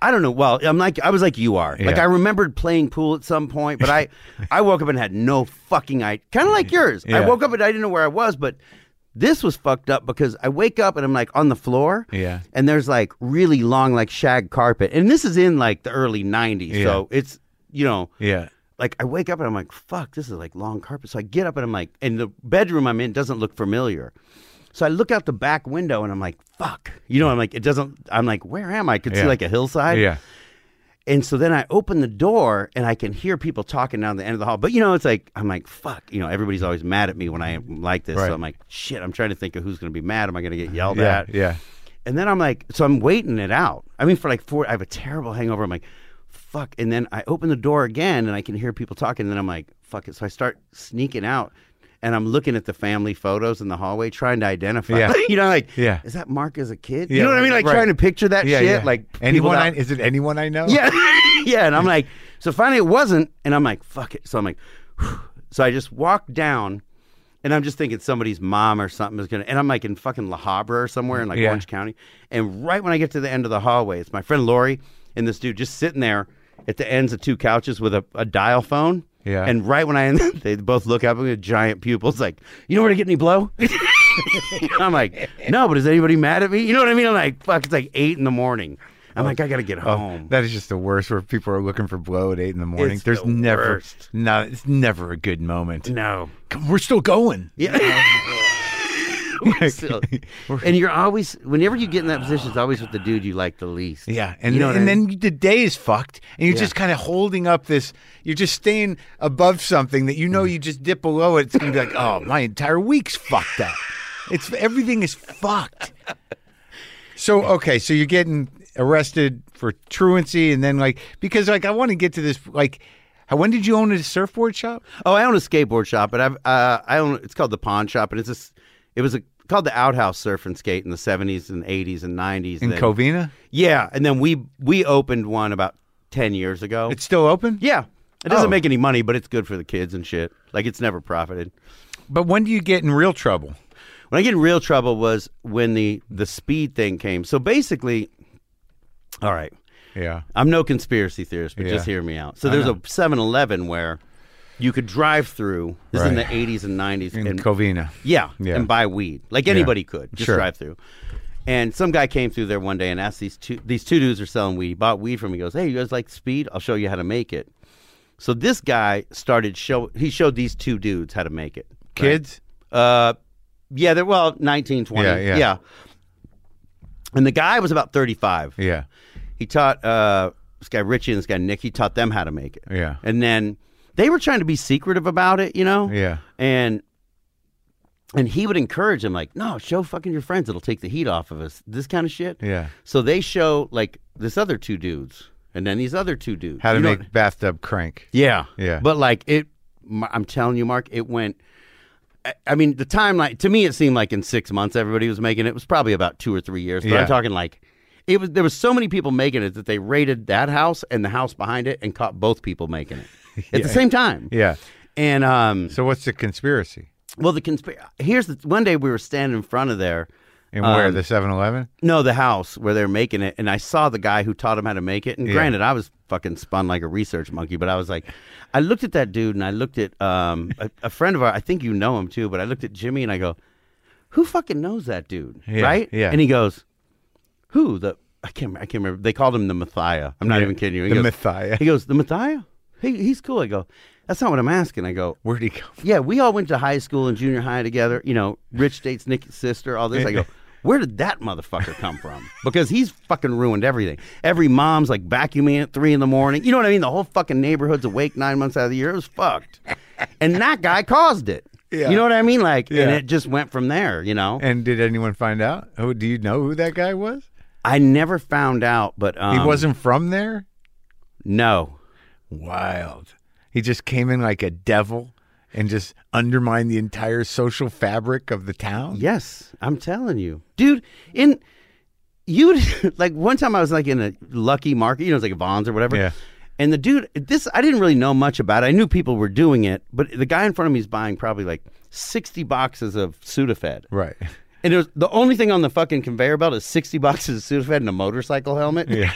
S3: I don't know. Well, I'm like I was like you are. Like
S1: Yeah.
S3: I remembered playing pool at some point, but I I woke up and had no fucking idea. Kind of like yours.
S1: Yeah.
S3: I woke up and I didn't know where I was, but This was fucked up because I wake up and I'm like on the floor.
S1: Yeah.
S3: And there's like really long, like shag carpet. And this is in like the early 90s. So it's, you know,
S1: Yeah.
S3: like I wake up and I'm like, fuck, this is like long carpet. So I get up and I'm like, and the bedroom I'm in doesn't look familiar. So I look out the back window and I'm like, fuck. You know, I'm like, it doesn't, I'm like, where am I? I could
S1: Yeah.
S3: see like a hillside.
S1: yeah.
S3: And so then I open the door and I can hear people talking down the end of the hall. But you know, it's like I'm like, fuck, you know, everybody's always mad at me when I am like this.
S1: Right.
S3: So I'm like, shit, I'm trying to think of who's gonna be mad. Am I gonna get yelled
S1: Yeah.
S3: at?
S1: Yeah.
S3: And then I'm like, so I'm waiting it out. I mean, for like four, I have a terrible hangover. I'm like, fuck. And then I open the door again and I can hear people talking. And then I'm like, fuck it. So I start sneaking out and I'm looking at the family photos in the hallway trying to identify.
S1: Yeah.
S3: you know, like,
S1: Yeah.
S3: is that Mark as a kid?
S1: Yeah,
S3: you know what I mean? Like
S1: right.
S3: trying to picture that
S1: Yeah.
S3: shit.
S1: yeah.
S3: Like, people
S1: anyone?
S3: that-
S1: I, is it anyone I know?
S3: yeah, yeah. And I'm like, so finally it wasn't, and I'm like, fuck it. So I'm like, whew. so I just walked down, and I'm just thinking somebody's mom or something is gonna, and I'm like in fucking La Habra or somewhere in like
S1: Yeah.
S3: Orange County, and right when I get to the end of the hallway, it's my friend Lori and this dude just sitting there at the ends of two couches with a, a dial phone.
S1: Yeah.
S3: And right when I they both look up with giant pupils, like, you know where to get any blow? I'm like, no, but is anybody mad at me? You know what I mean? I'm like, fuck, it's like eight in the morning.
S1: Oh.
S3: I'm like, I gotta get home.
S1: That is just the worst. Where people are looking for blow at eight in the morning.
S3: It's
S1: There's
S3: the
S1: never,
S3: worst.
S1: no, it's never a good moment.
S3: No.
S1: Come, we're still going.
S3: Yeah. We're still- and you're always, whenever you get in that position, it's always with the dude you like the least.
S1: Yeah, and
S3: You know what
S1: and
S3: I
S1: then the day is fucked, and you're just kind of holding up this. You're just staying above something that you know
S3: Mm.
S1: you just dip below it. It's gonna be like, oh, my entire week's fucked up. It's everything is fucked. So okay, so you're getting arrested for truancy, and then like because like I want to get to this like. how- When did you own a surfboard shop?
S3: Oh, I own a skateboard shop, but I've, uh, I own, it's called the Pawn Shop, and it's just, it was a, called the Outhouse Surf and Skate in the 70s and 80s and 90s.
S1: In
S3: then,
S1: Covina?
S3: Yeah. And then we, we opened one about 10 years ago.
S1: It's still open?
S3: yeah. It doesn't
S1: Oh.
S3: make any money, but it's good for the kids and shit. Like, it's never profited.
S1: But when do you get in real trouble?
S3: When I get in real trouble was when the, the speed thing came. So basically, all right.
S1: Yeah.
S3: I'm no conspiracy theorist, but just
S1: Yeah.
S3: hear me out. So there's a 7-Eleven where you could drive through. This is in the
S1: Right.
S3: 80s and 90s.
S1: In
S3: and,
S1: Covina.
S3: yeah,
S1: Yeah.
S3: and buy weed. Like anybody could just
S1: Sure.
S3: drive through. And some guy came through there one day and asked these two these two dudes are selling weed. He bought weed from. him. He goes, "Hey, you guys like speed? I'll show you how to make it." So this guy started show. He showed these two dudes how to make it.
S1: Kids?
S3: Uh, yeah, they're well 19, 20.
S1: Yeah, yeah.
S3: And the guy was about 35.
S1: Yeah.
S3: He taught uh, this guy Richie and this guy Nick. He taught them how to make it.
S1: Yeah.
S3: And then they were trying to be secretive about it, you know.
S1: Yeah.
S3: And and he would encourage them, like, no, show fucking your friends. It'll take the heat off of us. This kind of shit.
S1: Yeah.
S3: So they show like this other two dudes, and then these other two dudes.
S1: How to
S3: You know-
S1: make bathtub crank.
S3: yeah.
S1: Yeah.
S3: But like it, m- I'm telling you, Mark, it went. I- I mean, the timeline to me, it seemed like in six months everybody was making it. It was probably about two or three years. But
S1: Yeah.
S3: I'm talking like it was. There was so many people making it that they raided that house and the house behind it and caught both people making it at the same time.
S1: Yeah.
S3: And um,
S1: So what's the conspiracy?
S3: well, the conspiracy. Here's the one day we were standing in front of there.
S1: And where
S3: Um,
S1: the 7-Eleven?
S3: No, the house where they're making it, and I saw the guy who taught him how to make it. And granted, I was fucking spun like a research monkey, but I was like, I looked at that dude, and I looked at um, a, a friend of our. I think you know him too, but I looked at Jimmy, and I go, "Who fucking knows that dude,
S1: Yeah,
S3: right?"
S1: yeah.
S3: And he goes, "Who the I can't I can't remember. They called him the Messiah. I'm not even kidding you. He
S1: The
S3: goes,
S1: Messiah.
S3: He goes, the Messiah. He, he's cool. I go, that's not what I'm asking. I go,
S1: Where'd he go?
S3: yeah, we all went to high school and junior high together. You know, Rich dates Nikki's sister, all this. I go, where did that motherfucker come from? Because he's fucking ruined everything. Every mom's like vacuuming at three in the morning. You know what I mean? The whole fucking neighborhood's awake nine months out of the year. It was fucked. And that guy caused it.
S1: Yeah.
S3: You know what I mean? Like, and
S1: Yeah.
S3: it just went from there, you know?
S1: And did anyone find out? Oh, do you know who that guy was?
S3: I never found out, but. Um,
S1: he wasn't from there?
S3: No.
S1: Wild. He just came in like a devil and just undermined the entire social fabric of the town?
S3: Yes, I'm telling you, dude. In you like one time I was like in a lucky market, you know, it's like a Vons or whatever.
S1: Yeah.
S3: And the dude, this I didn't really know much about. it. I knew people were doing it, but the guy in front of me is buying probably like sixty boxes of Sudafed,
S1: Right.
S3: and it was, the only thing on the fucking conveyor belt is sixty boxes of Sudafed and a motorcycle helmet.
S1: Yeah.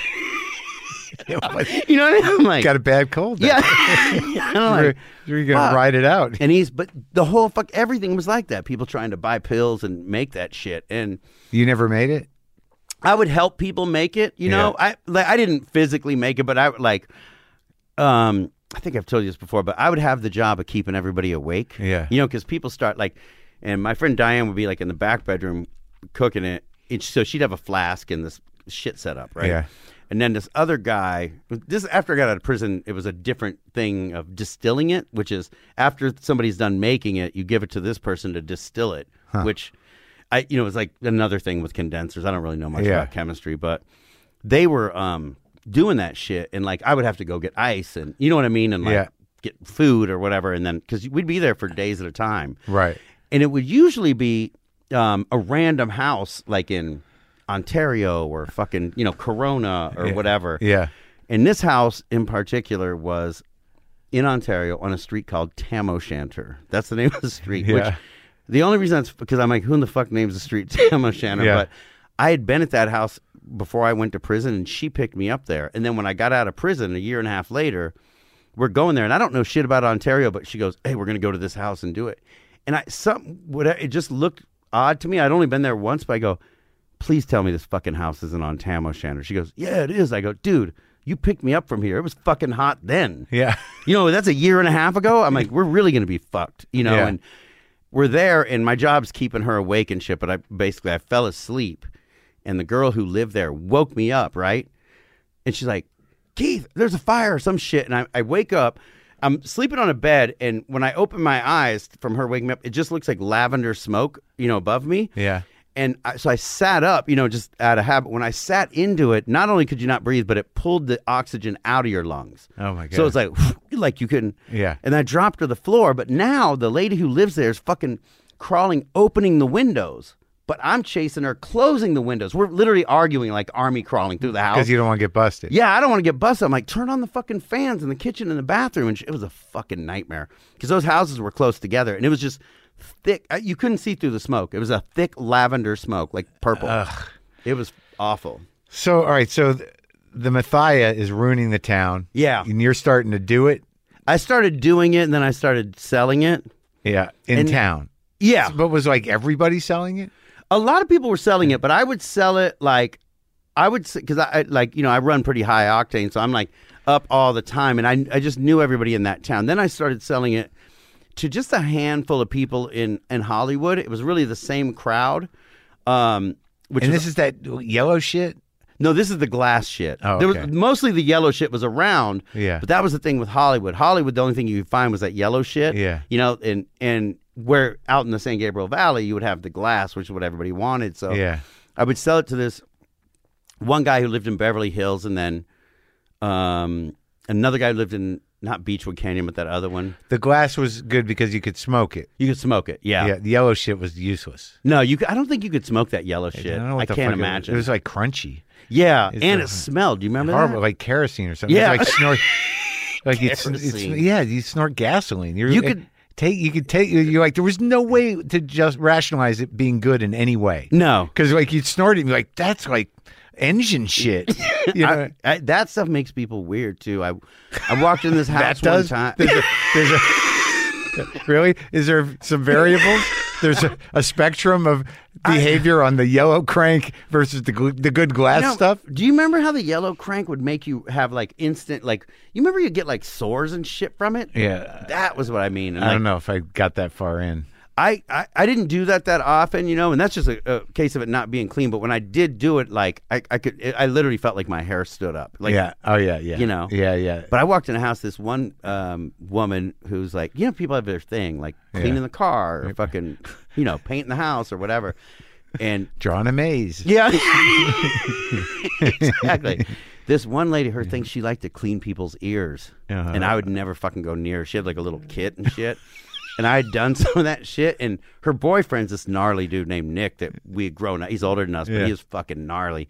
S3: You know what I mean? I'm like,
S1: Got a bad cold. then.
S3: yeah. And I'm
S1: You're,
S3: like,
S1: you're gonna
S3: fuck.
S1: ride it out.
S3: and he's, but the whole fuck, everything was like that. People trying to buy pills and make that shit. And
S1: You never made it.
S3: I would help people make it. You know, I like, I didn't physically make it, but I would, like, um, I think I've told you this before, but I would have the job of keeping everybody awake.
S1: Yeah.
S3: you know, because people start like, and my friend Diane would be like in the back bedroom cooking it, and so she'd have a flask and this shit set up, right?
S1: Yeah.
S3: And then this other guy, this is after I got out of prison, it was a different thing of distilling it, which is after somebody's done making it, you give it to this person to distill it, which I, you know, it's like another thing with condensers. I don't really know much
S1: Yeah.
S3: about chemistry, but they were um, doing that shit. And like, I would have to go get ice and you know what I mean? And like,
S1: Yeah.
S3: get food or whatever. And then, cause we'd be there for days at a time
S1: Right.
S3: and it would usually be um, a random house like in Ontario or fucking you know Corona or whatever.
S1: Yeah.
S3: And this house in particular was in Ontario on a street called Tam O'Shanter. That's the name of the street. Which
S1: Yeah.
S3: the only reason that's because I'm like, who in the fuck names the street Tam O'Shanter?
S1: Yeah.
S3: But I had been at that house before I went to prison, and she picked me up there. And then when I got out of prison a year and a half later, we're going there, and I don't know shit about Ontario, but she goes, "Hey, we're gonna go to this house and do it." And I some whatever it just looked odd to me. I'd only been there once, but I go, "Please tell me this fucking house isn't on Tam O'Shanter." She goes, "Yeah, it is." I go, "Dude, you picked me up from here. It was fucking hot then."
S1: Yeah.
S3: you know, that's a year and a half ago. I'm like, we're really going to be fucked, you know.
S1: Yeah.
S3: And we're there, and my job's keeping her awake and shit. But I basically I fell asleep, and the girl who lived there woke me up, right? And she's like, Keith, there's a fire or some shit. And I, I wake up. I'm sleeping on a bed, and when I open my eyes from her waking me up, it just looks like lavender smoke, you know, above me.
S1: Yeah.
S3: And I, so I sat up, you know, just out of habit. When I sat into it, not only could you not breathe, but it pulled the oxygen out of your lungs.
S1: Oh, my
S3: So it's like, like you couldn't.
S1: Yeah.
S3: And I dropped to the floor. But now the lady who lives there is fucking crawling, opening the windows. But I'm chasing her, closing the windows. We're literally arguing like army crawling through the house.
S1: Because you don't want to get busted.
S3: Yeah, I don't want to get busted. I'm like, turn on the fucking fans in the kitchen and the bathroom, and sh- it was a fucking nightmare because those houses were close together, and it was just thick. uh, You couldn't see through the smoke. It was a thick lavender smoke, like purple.
S1: Uh,
S3: It was awful.
S1: So all right. So th- the Mathia is ruining the town.
S3: Yeah.
S1: And you're starting to do it.
S3: I started doing it, and then I started selling it.
S1: Yeah. In
S3: And-
S1: town.
S3: Yeah,
S1: But was like everybody selling it?
S3: a lot of people were selling it, but I would sell it like I would because I I- like you know I run pretty high octane, so I'm like up all the time, and I I just knew everybody in that town. Then I started selling it to just a handful of people in in Hollywood. It was really the same crowd. Um, which
S1: And
S3: was-
S1: this is that yellow shit.
S3: no, this is the glass shit.
S1: Oh,
S3: There was-
S1: okay.
S3: mostly the yellow shit was around.
S1: Yeah.
S3: But that was the thing with Hollywood. Hollywood, the only thing you could find was that yellow shit.
S1: Yeah.
S3: You know, and and where out in the San Gabriel Valley, you would have the glass, which is what everybody wanted. So
S1: Yeah.
S3: I would sell it to this one guy who lived in Beverly Hills, and then um, another guy who lived in not Beechwood Canyon, but that other one.
S1: The glass was good because you could smoke it.
S3: You could smoke it, yeah.
S1: Yeah. The yellow shit was useless.
S3: No, you. c- I don't think you could smoke that yellow shit.
S1: I, don't know what the
S3: can't
S1: fuck it was.
S3: imagine.
S1: It was like crunchy,
S3: yeah,
S1: it's
S3: and
S1: a-
S3: it smelled. Do you remember
S1: horrible,
S3: that?
S1: like kerosene or something. It's
S3: Yeah.
S1: like snort. like you, sn- it's,
S3: Kerosene.
S1: yeah, you snort gasoline. You're,
S3: You
S1: it-
S3: could-
S1: take. You could take. You're like there was no way to just rationalize it being good in any way.
S3: No,
S1: Because like you'd snort it, and be like that's like engine shit. You know?
S3: I, I, that stuff makes people weird too. I, I walked in this
S1: that
S3: house
S1: does.
S3: one time.
S1: There's a, there's a, really? Is there some variables? There's a, a spectrum of behavior on the yellow crank versus the gl- the good glass
S3: No,
S1: stuff.
S3: Do you remember how the yellow crank would make you have like instant like you remember you get like sores and shit from it?
S1: Yeah.
S3: That was what I mean. And
S1: I
S3: like,
S1: don't know if I got that far in.
S3: I, I, I didn't do that that often, you know, and that's just a, a case of it not being clean. But when I did do it, like I, I could, I literally felt like my hair stood up. Like,
S1: yeah. Oh yeah. Yeah.
S3: you know.
S1: Yeah. Yeah.
S3: But I walked in a house. This one um, woman who's like, you know, people have their thing, like cleaning the car or fucking, you know, painting the house or whatever. And
S1: Drawing a maze.
S3: yeah, exactly. This one lady, her thing, she liked to clean people's ears,
S1: Uh-huh.
S3: and I would never fucking go near. her. She had like a little kit and shit, and I had done some of that shit. And her boyfriend's this gnarly dude named Nick that we had grown up. He's older than us, but
S1: Yeah.
S3: he was fucking gnarly.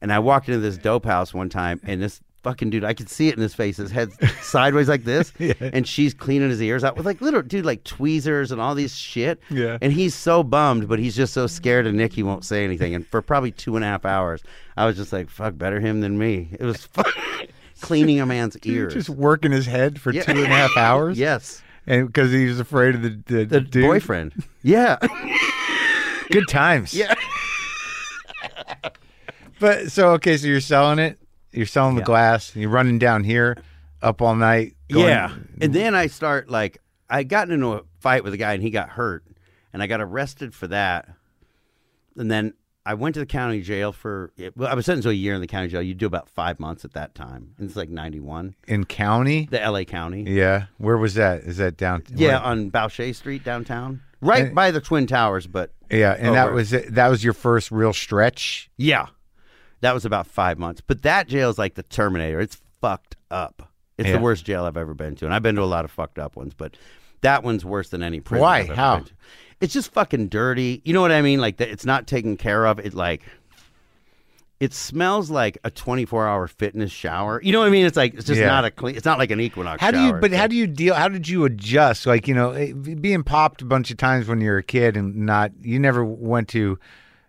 S3: And I walked into this dope house one time, and this fucking dude, I could see it in his face. His head's sideways like this, and she's cleaning his ears out with like little dude, like tweezers and all this shit.
S1: Yeah.
S3: And he's so bummed, but he's just so scared of Nick, he won't say anything. And for probably two and a half hours, I was just like, fuck, better him than me. It was fun. cleaning a man's
S1: You're
S3: ears.
S1: just working his head for
S3: Yeah.
S1: two and a half hours.
S3: yes.
S1: and because he was afraid of the the,
S3: The
S1: dude.
S3: boyfriend. Yeah.
S1: Good times.
S3: Yeah.
S1: But so okay, so you're selling it. You're selling the glass. And you're running down here, up all night. going-
S3: yeah. And then I start like I got into a fight with a guy and he got hurt and I got arrested for that. And then I went to the county jail for well, I was sentenced to a year in the county jail. You do about five months at that time. And it's like ninety one.
S1: in county.
S3: The LA County.
S1: Yeah. Where was that? Is that down?
S3: Yeah, on Boucher Street downtown. Right
S1: Uh,
S3: by the Twin Towers, but
S1: Yeah. And that
S3: Over.
S1: was it. That was your first real stretch.
S3: yeah. That was about five months. But that jail is like the Terminator. It's fucked up. It's
S1: Yeah.
S3: the worst jail I've ever been to. And I've been to a lot of fucked up ones, but that one's worse than any prison.
S1: Why?
S3: I've ever
S1: How?
S3: been to. It's just fucking dirty. You know what I mean? Like, the, it's not taken care of. It, like, it smells like a 24 hour fitness shower. You know what I mean? It's like, it's just
S1: Yeah.
S3: not a clean, it's not like an Equinox
S1: How do you?
S3: shower.
S1: But
S3: It's
S1: how
S3: like-
S1: do you deal? How did you adjust? Like you know, eh, being popped a bunch of times when you were a kid and not. You never went to.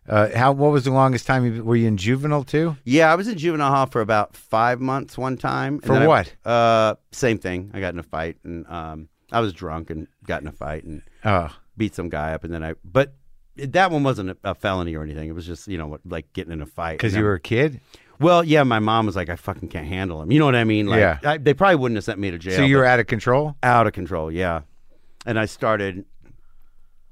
S1: Uh, how? What was the longest time? You, were you in juvenile too?
S3: Yeah, I was in juvenile hall for about five months one time. and
S1: For
S3: then I-
S1: what?
S3: uh, same thing. I got in a fight, and um, I was drunk and got in a fight and
S1: Oh,
S3: beat some guy up, and then I. But it- that one wasn't a, a felony or anything. It was just you know what, like getting in a fight.
S1: because
S3: And
S1: you
S3: I'm-
S1: were a kid.
S3: Well, yeah, my mom was like, I fucking can't handle him. You know what I mean? Like,
S1: Yeah.
S3: I, they probably wouldn't have sent me to jail.
S1: So you
S3: but-
S1: were out of control.
S3: out of control. Yeah, and I started.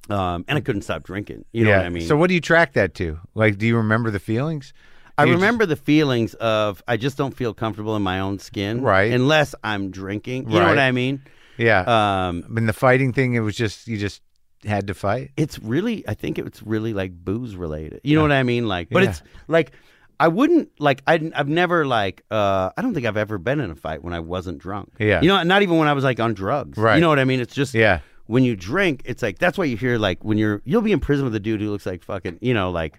S3: Um, and I couldn't stop drinking. You know
S1: yeah.
S3: what I mean?
S1: So what do you track that to? Like, do you remember the feelings?
S3: I
S1: You just-
S3: remember the feelings of I just don't feel comfortable in my own skin,
S1: Right.
S3: Unless I'm drinking, you know what
S1: Right.
S3: I mean.
S1: yeah.
S3: Um,
S1: in the fighting thing, it was just you just had to fight.
S3: it's really, I think it's really like booze related. You know what I mean? Like, but
S1: Yeah.
S3: it's like I wouldn't like I, I've never like uh, I don't think I've ever been in a fight when I wasn't drunk.
S1: Yeah.
S3: you know, not even when I was like on drugs.
S1: Right.
S3: You know what I mean? It's just
S1: Yeah.
S3: When you drink, it's like that's why you hear like when you're you'll be in prison with a dude who looks like fucking you know like.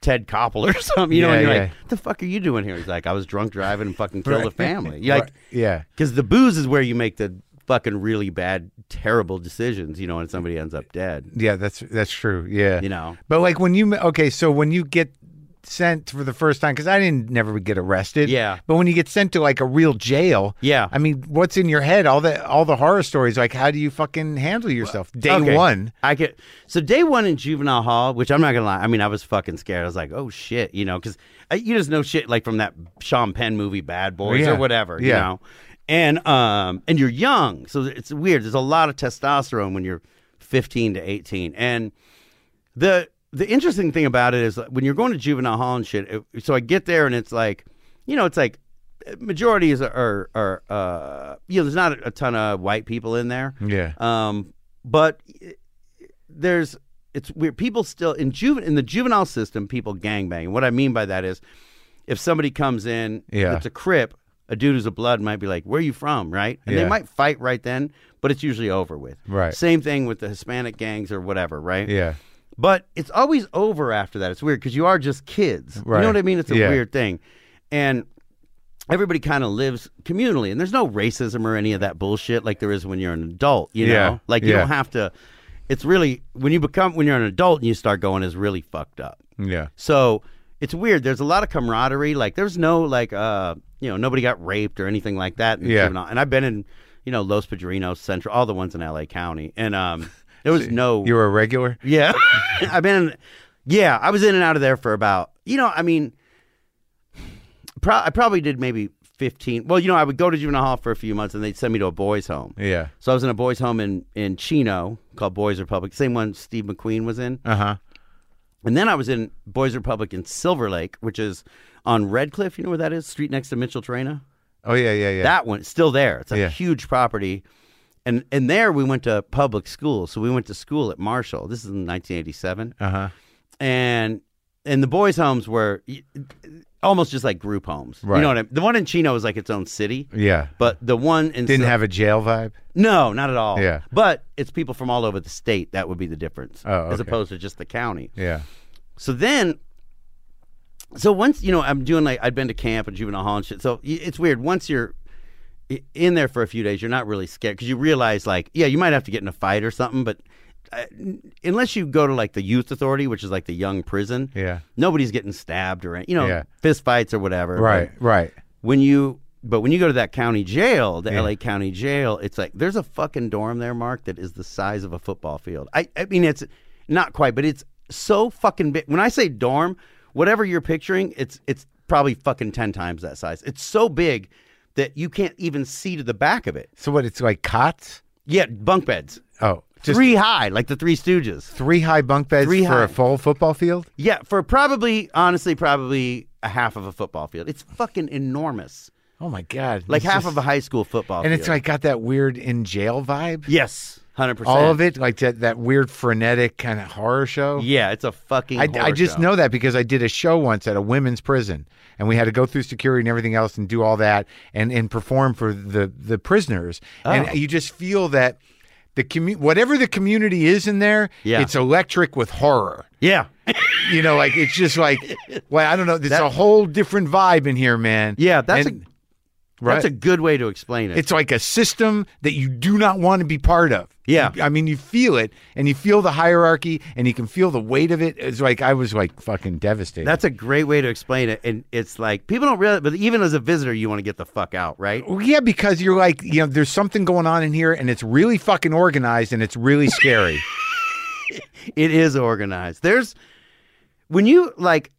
S3: Ted Koppel or something, you know,
S1: Yeah,
S3: and you're
S1: yeah.
S3: like, "What the fuck are you doing here?" He's like, "I was drunk driving and fucking killed a family." You're like,
S1: Right. Yeah.
S3: Because the booze is where you make the fucking really bad, terrible decisions, you know, and somebody ends up dead,
S1: Yeah. That's that's true. Yeah.
S3: you know.
S1: But like when you okay, so when you get sent for the first time, because I didn't never get arrested.
S3: Yeah.
S1: But when you get sent to like a real jail.
S3: Yeah.
S1: I mean, what's in your head? All the all the horror stories. Like, how do you fucking handle yourself? Day
S3: Okay.
S1: one.
S3: I could. So day one in juvenile hall, which I'm not gonna lie, I mean, I was fucking scared. I was like, oh shit, you know, because you just know shit like from that Sean Penn movie, Bad Boys
S1: Yeah.
S3: or whatever, you
S1: Yeah.
S3: know. And um, and you're young, so it's weird. There's a lot of testosterone when you're 15 to 18, and the the interesting thing about it is like, when you're going to juvenile hall and shit. It, so I get there and it's like, you know, it's like uh, majority is are are uh, you know, there's not a, a ton of white people in there.
S1: Yeah.
S3: Um, but there's it's weird. People still in juvenile in the juvenile system, people gangbang. What I mean by that is, if somebody comes in,
S1: Yeah.
S3: it's a crip. A dude who's a blood might be like, "Where you from?" Right, and
S1: Yeah.
S3: they might fight right then, but it's usually over with.
S1: Right.
S3: Same thing with the Hispanic gangs or whatever. Right.
S1: Yeah.
S3: But it's always over after that. It's weird because you are just kids. You
S1: Right.
S3: know what I mean? It's a
S1: Yeah.
S3: weird thing. And everybody kind of lives communally, and there's no racism or any of that bullshit like there is when you're an adult, you
S1: Yeah.
S3: know? Like you
S1: Yeah.
S3: don't have to. It's really, when you become, when you're an adult and you start going, is really fucked up.
S1: Yeah.
S3: So it's weird. There's a lot of camaraderie. Like there's no like uh you know nobody got raped or anything like that. in
S1: Yeah.
S3: juvenile. And I've been in you know Los Padrinos, Central, all the ones in L.A. County, and um there was no
S1: You were a regular.
S3: yeah. I've been, yeah, I was in and out of there for about, you know, I mean, pro- I probably did maybe 15. Well, you know, I would go to juvenile hall for a few months and they'd send me to a boys' home.
S1: Yeah.
S3: So I was in a boys' home in, in Chino called Boys Republic, same one Steve McQueen was in.
S1: Uh huh.
S3: And then I was in Boys Republic in Silver Lake, which is on Redcliffe. You know where that is? Street next to Mitchell Traina.
S1: Oh yeah. Yeah. Yeah.
S3: That one it's still there. It's a
S1: Yeah.
S3: huge property. And and there we went to public school. So we went to school at Marshall. This is in 1987
S1: uh huh.
S3: and and the boys' homes were y- almost just like group homes.
S1: Right.
S3: You know what I mean? The one in Chino was like its own city,
S1: Yeah.
S3: but the one in
S1: Didn't
S3: Sil-
S1: have a jail vibe.
S3: no, not at all.
S1: Yeah.
S3: but it's people from all over the state. That would be the difference,
S1: Oh,
S3: as
S1: okay.
S3: opposed to just the county.
S1: Yeah.
S3: So then, so once you know, I'm doing like I'd been to camp and juvenile hall and shit. So y- it's weird. Once you're i- in there for a few days, you're not really scared because you realize like, yeah, you might have to get in a fight or something, but. uh, n- Unless you go to like the youth authority, which is like the young prison,
S1: Yeah.
S3: nobody's getting stabbed or any- you know
S1: Yeah.
S3: fist fights or whatever.
S1: Right.
S3: But
S1: Right.
S3: When you But when you go to that county jail, the
S1: Yeah.
S3: LA County Jail, it's like there's a fucking dorm there, Mark, that is the size of a football field. I, I mean, it's not quite, but it's so fucking big. When I say dorm, whatever you're picturing, it's it's probably fucking ten times that size. It's so big that you can't even see to the back of it.
S1: So what? It's like cots.
S3: Yeah, bunk beds,
S1: Oh, just three,
S3: three high, like the Three Stooges.
S1: high bunk beds
S3: Three
S1: for
S3: high.
S1: a full football field.
S3: Yeah, for probably, honestly, probably a half of a football field. It's fucking enormous.
S1: Oh my god!
S3: Like
S1: It's
S3: half
S1: just-
S3: of a high school football
S1: and
S3: field.
S1: it's like got that weird in jail vibe.
S3: yes, 100%.
S1: All of it, like that, that weird frenetic kind of horror show.
S3: Yeah, it's a fucking.
S1: I,
S3: horror
S1: I just
S3: show.
S1: know that because I did a show once at a women's prison, and we had to go through security and everything else, and do all that, and and perform for the the prisoners.
S3: Oh.
S1: And you just feel that the commu- whatever the community is in there,
S3: Yeah.
S1: it's electric with horror.
S3: Yeah,
S1: You know, like it's just like, well, I don't know, there's a whole different vibe in here, man.
S3: yeah. That's
S1: And-
S3: a
S1: right.
S3: that's a good way to explain it.
S1: It's like a system that you do not want to be part of.
S3: Yeah.
S1: I mean, you feel it and you feel the hierarchy and you can feel the weight of it. It's like, I was like fucking devastated.
S3: that's a great way to explain it, and it's like people don't realize. But even as a visitor, you want to get the fuck out, right?
S1: Well, yeah, because you're like, you know, there's something going on in here and it's really fucking organized and it's really scary.
S3: It is organized. There's when you like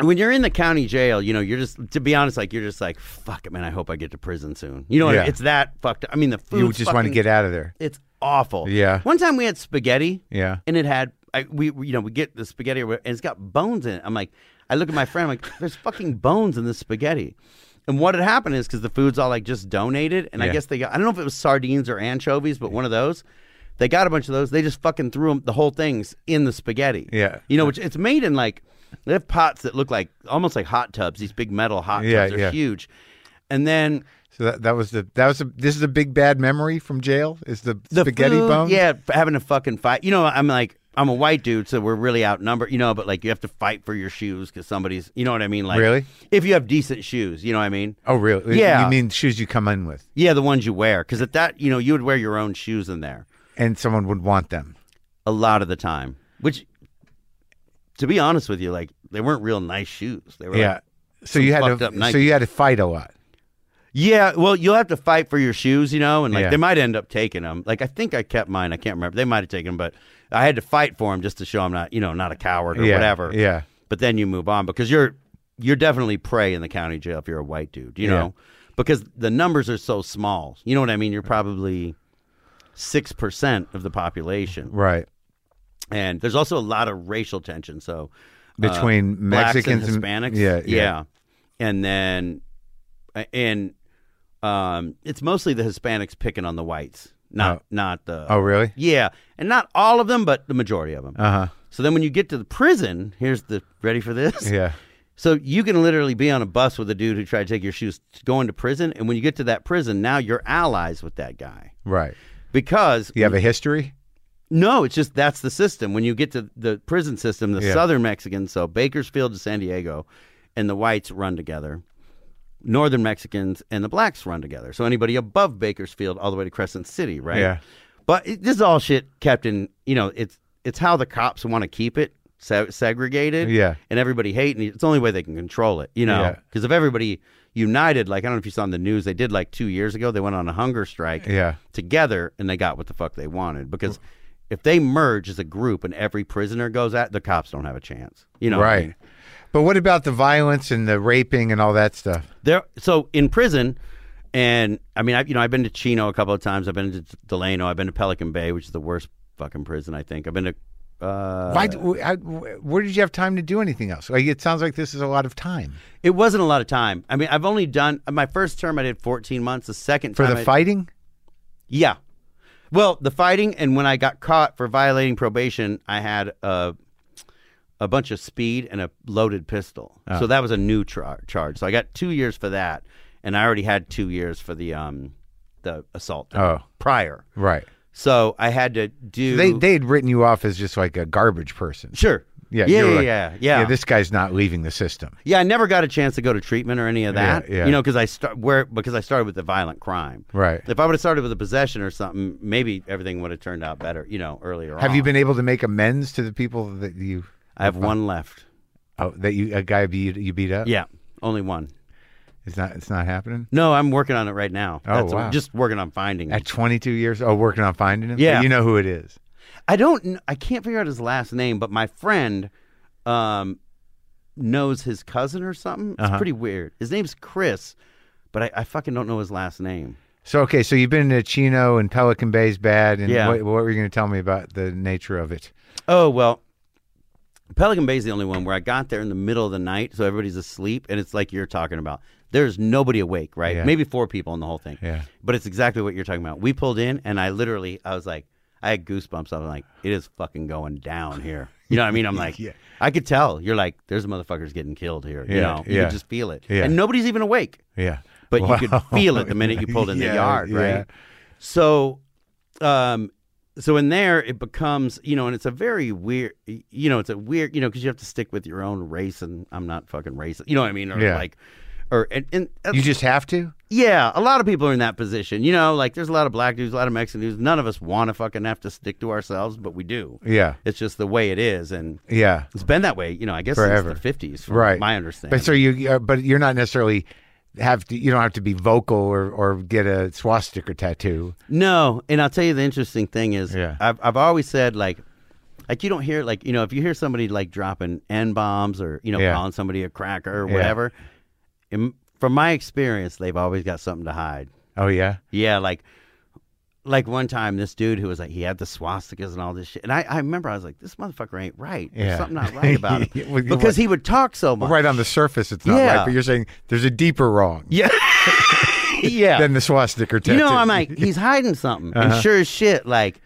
S3: when you're in the county jail, you know, you're just to be honest, like you're just like fuck it, man. I hope I get to prison soon. You know, what I mean?
S1: Yeah.
S3: it's that fucked. up. I mean, the food.
S1: you just want to get out of there.
S3: It's awful.
S1: Yeah.
S3: One time we had spaghetti.
S1: Yeah.
S3: And it had I, we we- you know we get the spaghetti and it's got bones in it. I'm like I look at my friend I'm like there's fucking bones in this spaghetti. And what had happened is because the food's all like just donated, and I
S1: Yeah.
S3: guess they got I don't know if it was sardines or anchovies, but one of those. They got a bunch of those. They just fucking threw 'em- the whole things in the spaghetti.
S1: Yeah.
S3: You know, which it's made in like they have pots that look like almost like hot tubs. These big metal hot
S1: Yeah,
S3: tubs. They're
S1: yeah.
S3: huge. And then
S1: So that, that was the, that was a, this is a big bad memory from jail is the, spaghetti
S3: food,
S1: bone.
S3: Yeah, f- having a fucking fight. You know, I'm like, I'm a white dude, so we're really outnumbered. You know, but like, you have to fight for your shoes because somebody's. You know what I mean? Like,
S1: Really?
S3: If you have decent shoes, you know what I mean?
S1: Oh, really?
S3: Yeah.
S1: You mean shoes you come in with
S3: Yeah, the ones you wear, because at that, you know, you would wear your own shoes in there
S1: and someone would want them.
S3: a lot of the time. Which, to be honest with you, like they weren't real nice shoes. They were.
S1: Yeah.
S3: Like,
S1: So you had
S3: fucked up
S1: to, so you had to fight a lot.
S3: yeah. Well, you'll have to fight for your shoes, you know, and like
S1: Yeah.
S3: they might end up taking them. Like I think I kept mine. I can't remember. They might have taken them, but I had to fight for them just to show I'm not, you know, not a coward or
S1: yeah.
S3: whatever.
S1: Yeah.
S3: but then you move on because you're you're definitely prey in the county jail if you're a white dude, you
S1: Yeah.
S3: know, because the numbers are so small. You know what I mean? You're probably six percent of the population,
S1: Right.
S3: and there's also a lot of racial tension. So uh,
S1: Between
S3: blacks
S1: Mexicans
S3: and Hispanics,
S1: yeah, yeah.
S3: and then and um, it's mostly the Hispanics picking on the whites, not
S1: Oh.
S3: not the
S1: Oh, really?
S3: yeah, and not all of them, but the majority of them.
S1: Uh huh.
S3: so then when you get to the prison, here's the ready for this.
S1: Yeah.
S3: So you can literally be on a bus with a dude who tried to take your shoes going to prison, and when you get to that prison, now you're allies with that guy
S1: Right.
S3: because
S1: You have a history?
S3: no, it's just that's the system. When you get to the prison system, the
S1: Yeah.
S3: Southern Mexicans, so Bakersfield to San Diego, and the whites run together. Northern Mexicans and the blacks run together. So anybody above Bakersfield all the way to Crescent City, right?
S1: Yeah.
S3: But it, this is all shit kept in. You know, it's it's how the cops want to keep it se- segregated.
S1: Yeah.
S3: And everybody hating. It's the only way they can control it. You know,
S1: Yeah.
S3: because if everybody united, like I don't know if you saw in the news, they did like two years ago. They went on a hunger strike
S1: Yeah.
S3: together and they got what the fuck they wanted because
S1: Hmm.
S3: if they merge as a group and every prisoner goes at the cops don't have a chance you know what I
S1: Right.
S3: mean?
S1: But what about the violence and the raping and all that stuff?
S3: there so in prison and i mean i you know i've been to chino a couple of times i've been to delano i've been to pelican bay which is the worst fucking prison i think i've been to uh
S1: Why? do- how- where did you have time to do anything else? Like it sounds like this is a lot of time
S3: it wasn't a lot of time i mean i've only done my first term i did 14 months the second
S1: for
S3: time
S1: the
S3: I-
S1: fighting.
S3: Yeah. Well, the fighting and when I got caught for violating probation, I had a a bunch of speed and a loaded pistol.
S1: Ah.
S3: So that was a new char- charge. So I got 2 years for that and I already had 2 years for the um the assault
S1: Oh.
S3: prior.
S1: Right.
S3: So I had to do
S1: They they had written you off as just like a garbage person.
S3: Sure.
S1: Yeah.
S3: Yeah,
S1: you were
S3: yeah,
S1: like,
S3: yeah, yeah.
S1: Yeah. This guy's not leaving the system.
S3: Yeah, I never got a chance to go to treatment or any of that.
S1: Yeah, yeah.
S3: You know, because I start where because I started with the violent crime.
S1: Right.
S3: If I would have started with a possession or something, maybe everything would have turned out better. You know, earlier.
S1: Have
S3: on.
S1: you been able to make amends to the people that you
S3: I have one left.
S1: oh, that you a guy beat you beat up?
S3: Yeah, only one.
S1: It's not. It's not happening.
S3: No, I'm working on it right now.
S1: Oh,
S3: That's- I'm
S1: wow.
S3: just working on finding
S1: At
S3: it.
S1: 22 years, oh, working on finding him.
S3: Yeah.
S1: you know who it is.
S3: I don't. kn- I can't figure out his last name, but my friend um, knows his cousin or something. It's
S1: Uh-huh.
S3: pretty weird. His name's Chris, but I, I fucking don't know his last name.
S1: So okay, so you've been to Chino and Pelican Bay's bad, and
S3: Yeah.
S1: what, what were you going to tell me about the nature of it?
S3: Oh well, Pelican Bay's the only one where I got there in the middle of the night, so everybody's asleep, and it's like you're talking about. There's nobody awake, right?
S1: Yeah.
S3: Maybe four people in the whole thing.
S1: Yeah.
S3: But it's exactly what you're talking about. We pulled in, and I literally, I was like, I had goosebumps. I was like, it is fucking going down here. You know what I mean? I'm like,
S1: Yeah.
S3: I could tell. You're like, there's motherfuckers getting killed here. you
S1: Yeah,
S3: know, you
S1: yeah.
S3: could just feel it.
S1: Yeah.
S3: And nobody's even awake
S1: Yeah,
S3: but you
S1: Wow.
S3: could feel it the minute you pulled in
S1: Yeah,
S3: the yard, right?
S1: yeah.
S3: So, um, so in there it becomes, you know, and it's a very weird, you know, it's a weird, you know, because you have to stick with your own race, and I'm not fucking racist, you know what I mean? Or
S1: Yeah.
S3: like, or and, and uh,
S1: You just have to.
S3: yeah, a lot of people are in that position, you know, like there's a lot of black dudes, a lot of Mexican dudes. None of us want to fucking have to stick to ourselves, but we do.
S1: Yeah,
S3: It's just the way it is, and
S1: yeah.
S3: it's been that way, you know. I guess
S1: Forever.
S3: since the '50s, from
S1: Right.
S3: My understanding.
S1: But so you, you- uh, but you're not necessarily have to. You don't have to be vocal or or get a swastika tattoo.
S3: No, and I'll tell you the interesting thing is,
S1: Yeah.
S3: I've I've always said like, like you don't hear like you know if you hear somebody like dropping n bombs or you know
S1: Yeah.
S3: calling somebody a cracker or
S1: Yeah.
S3: whatever, in, from my experience, they've always got something to hide.
S1: Oh yeah,
S3: Yeah, like like one time this dude who was like he had the swastikas and all this shit, and I I remember I was like this motherfucker ain't right. There's
S1: Yeah.
S3: something not right about
S1: Yeah,
S3: him
S1: well, you-
S3: because he would talk so much.
S1: right on the surface, it's not
S3: Yeah.
S1: right. But you're saying there's a deeper wrong
S3: Yeah. yeah.
S1: than the swastika tattoo. Uh-huh.
S3: You know, I'm like, he's hiding something. And sure as shit, like,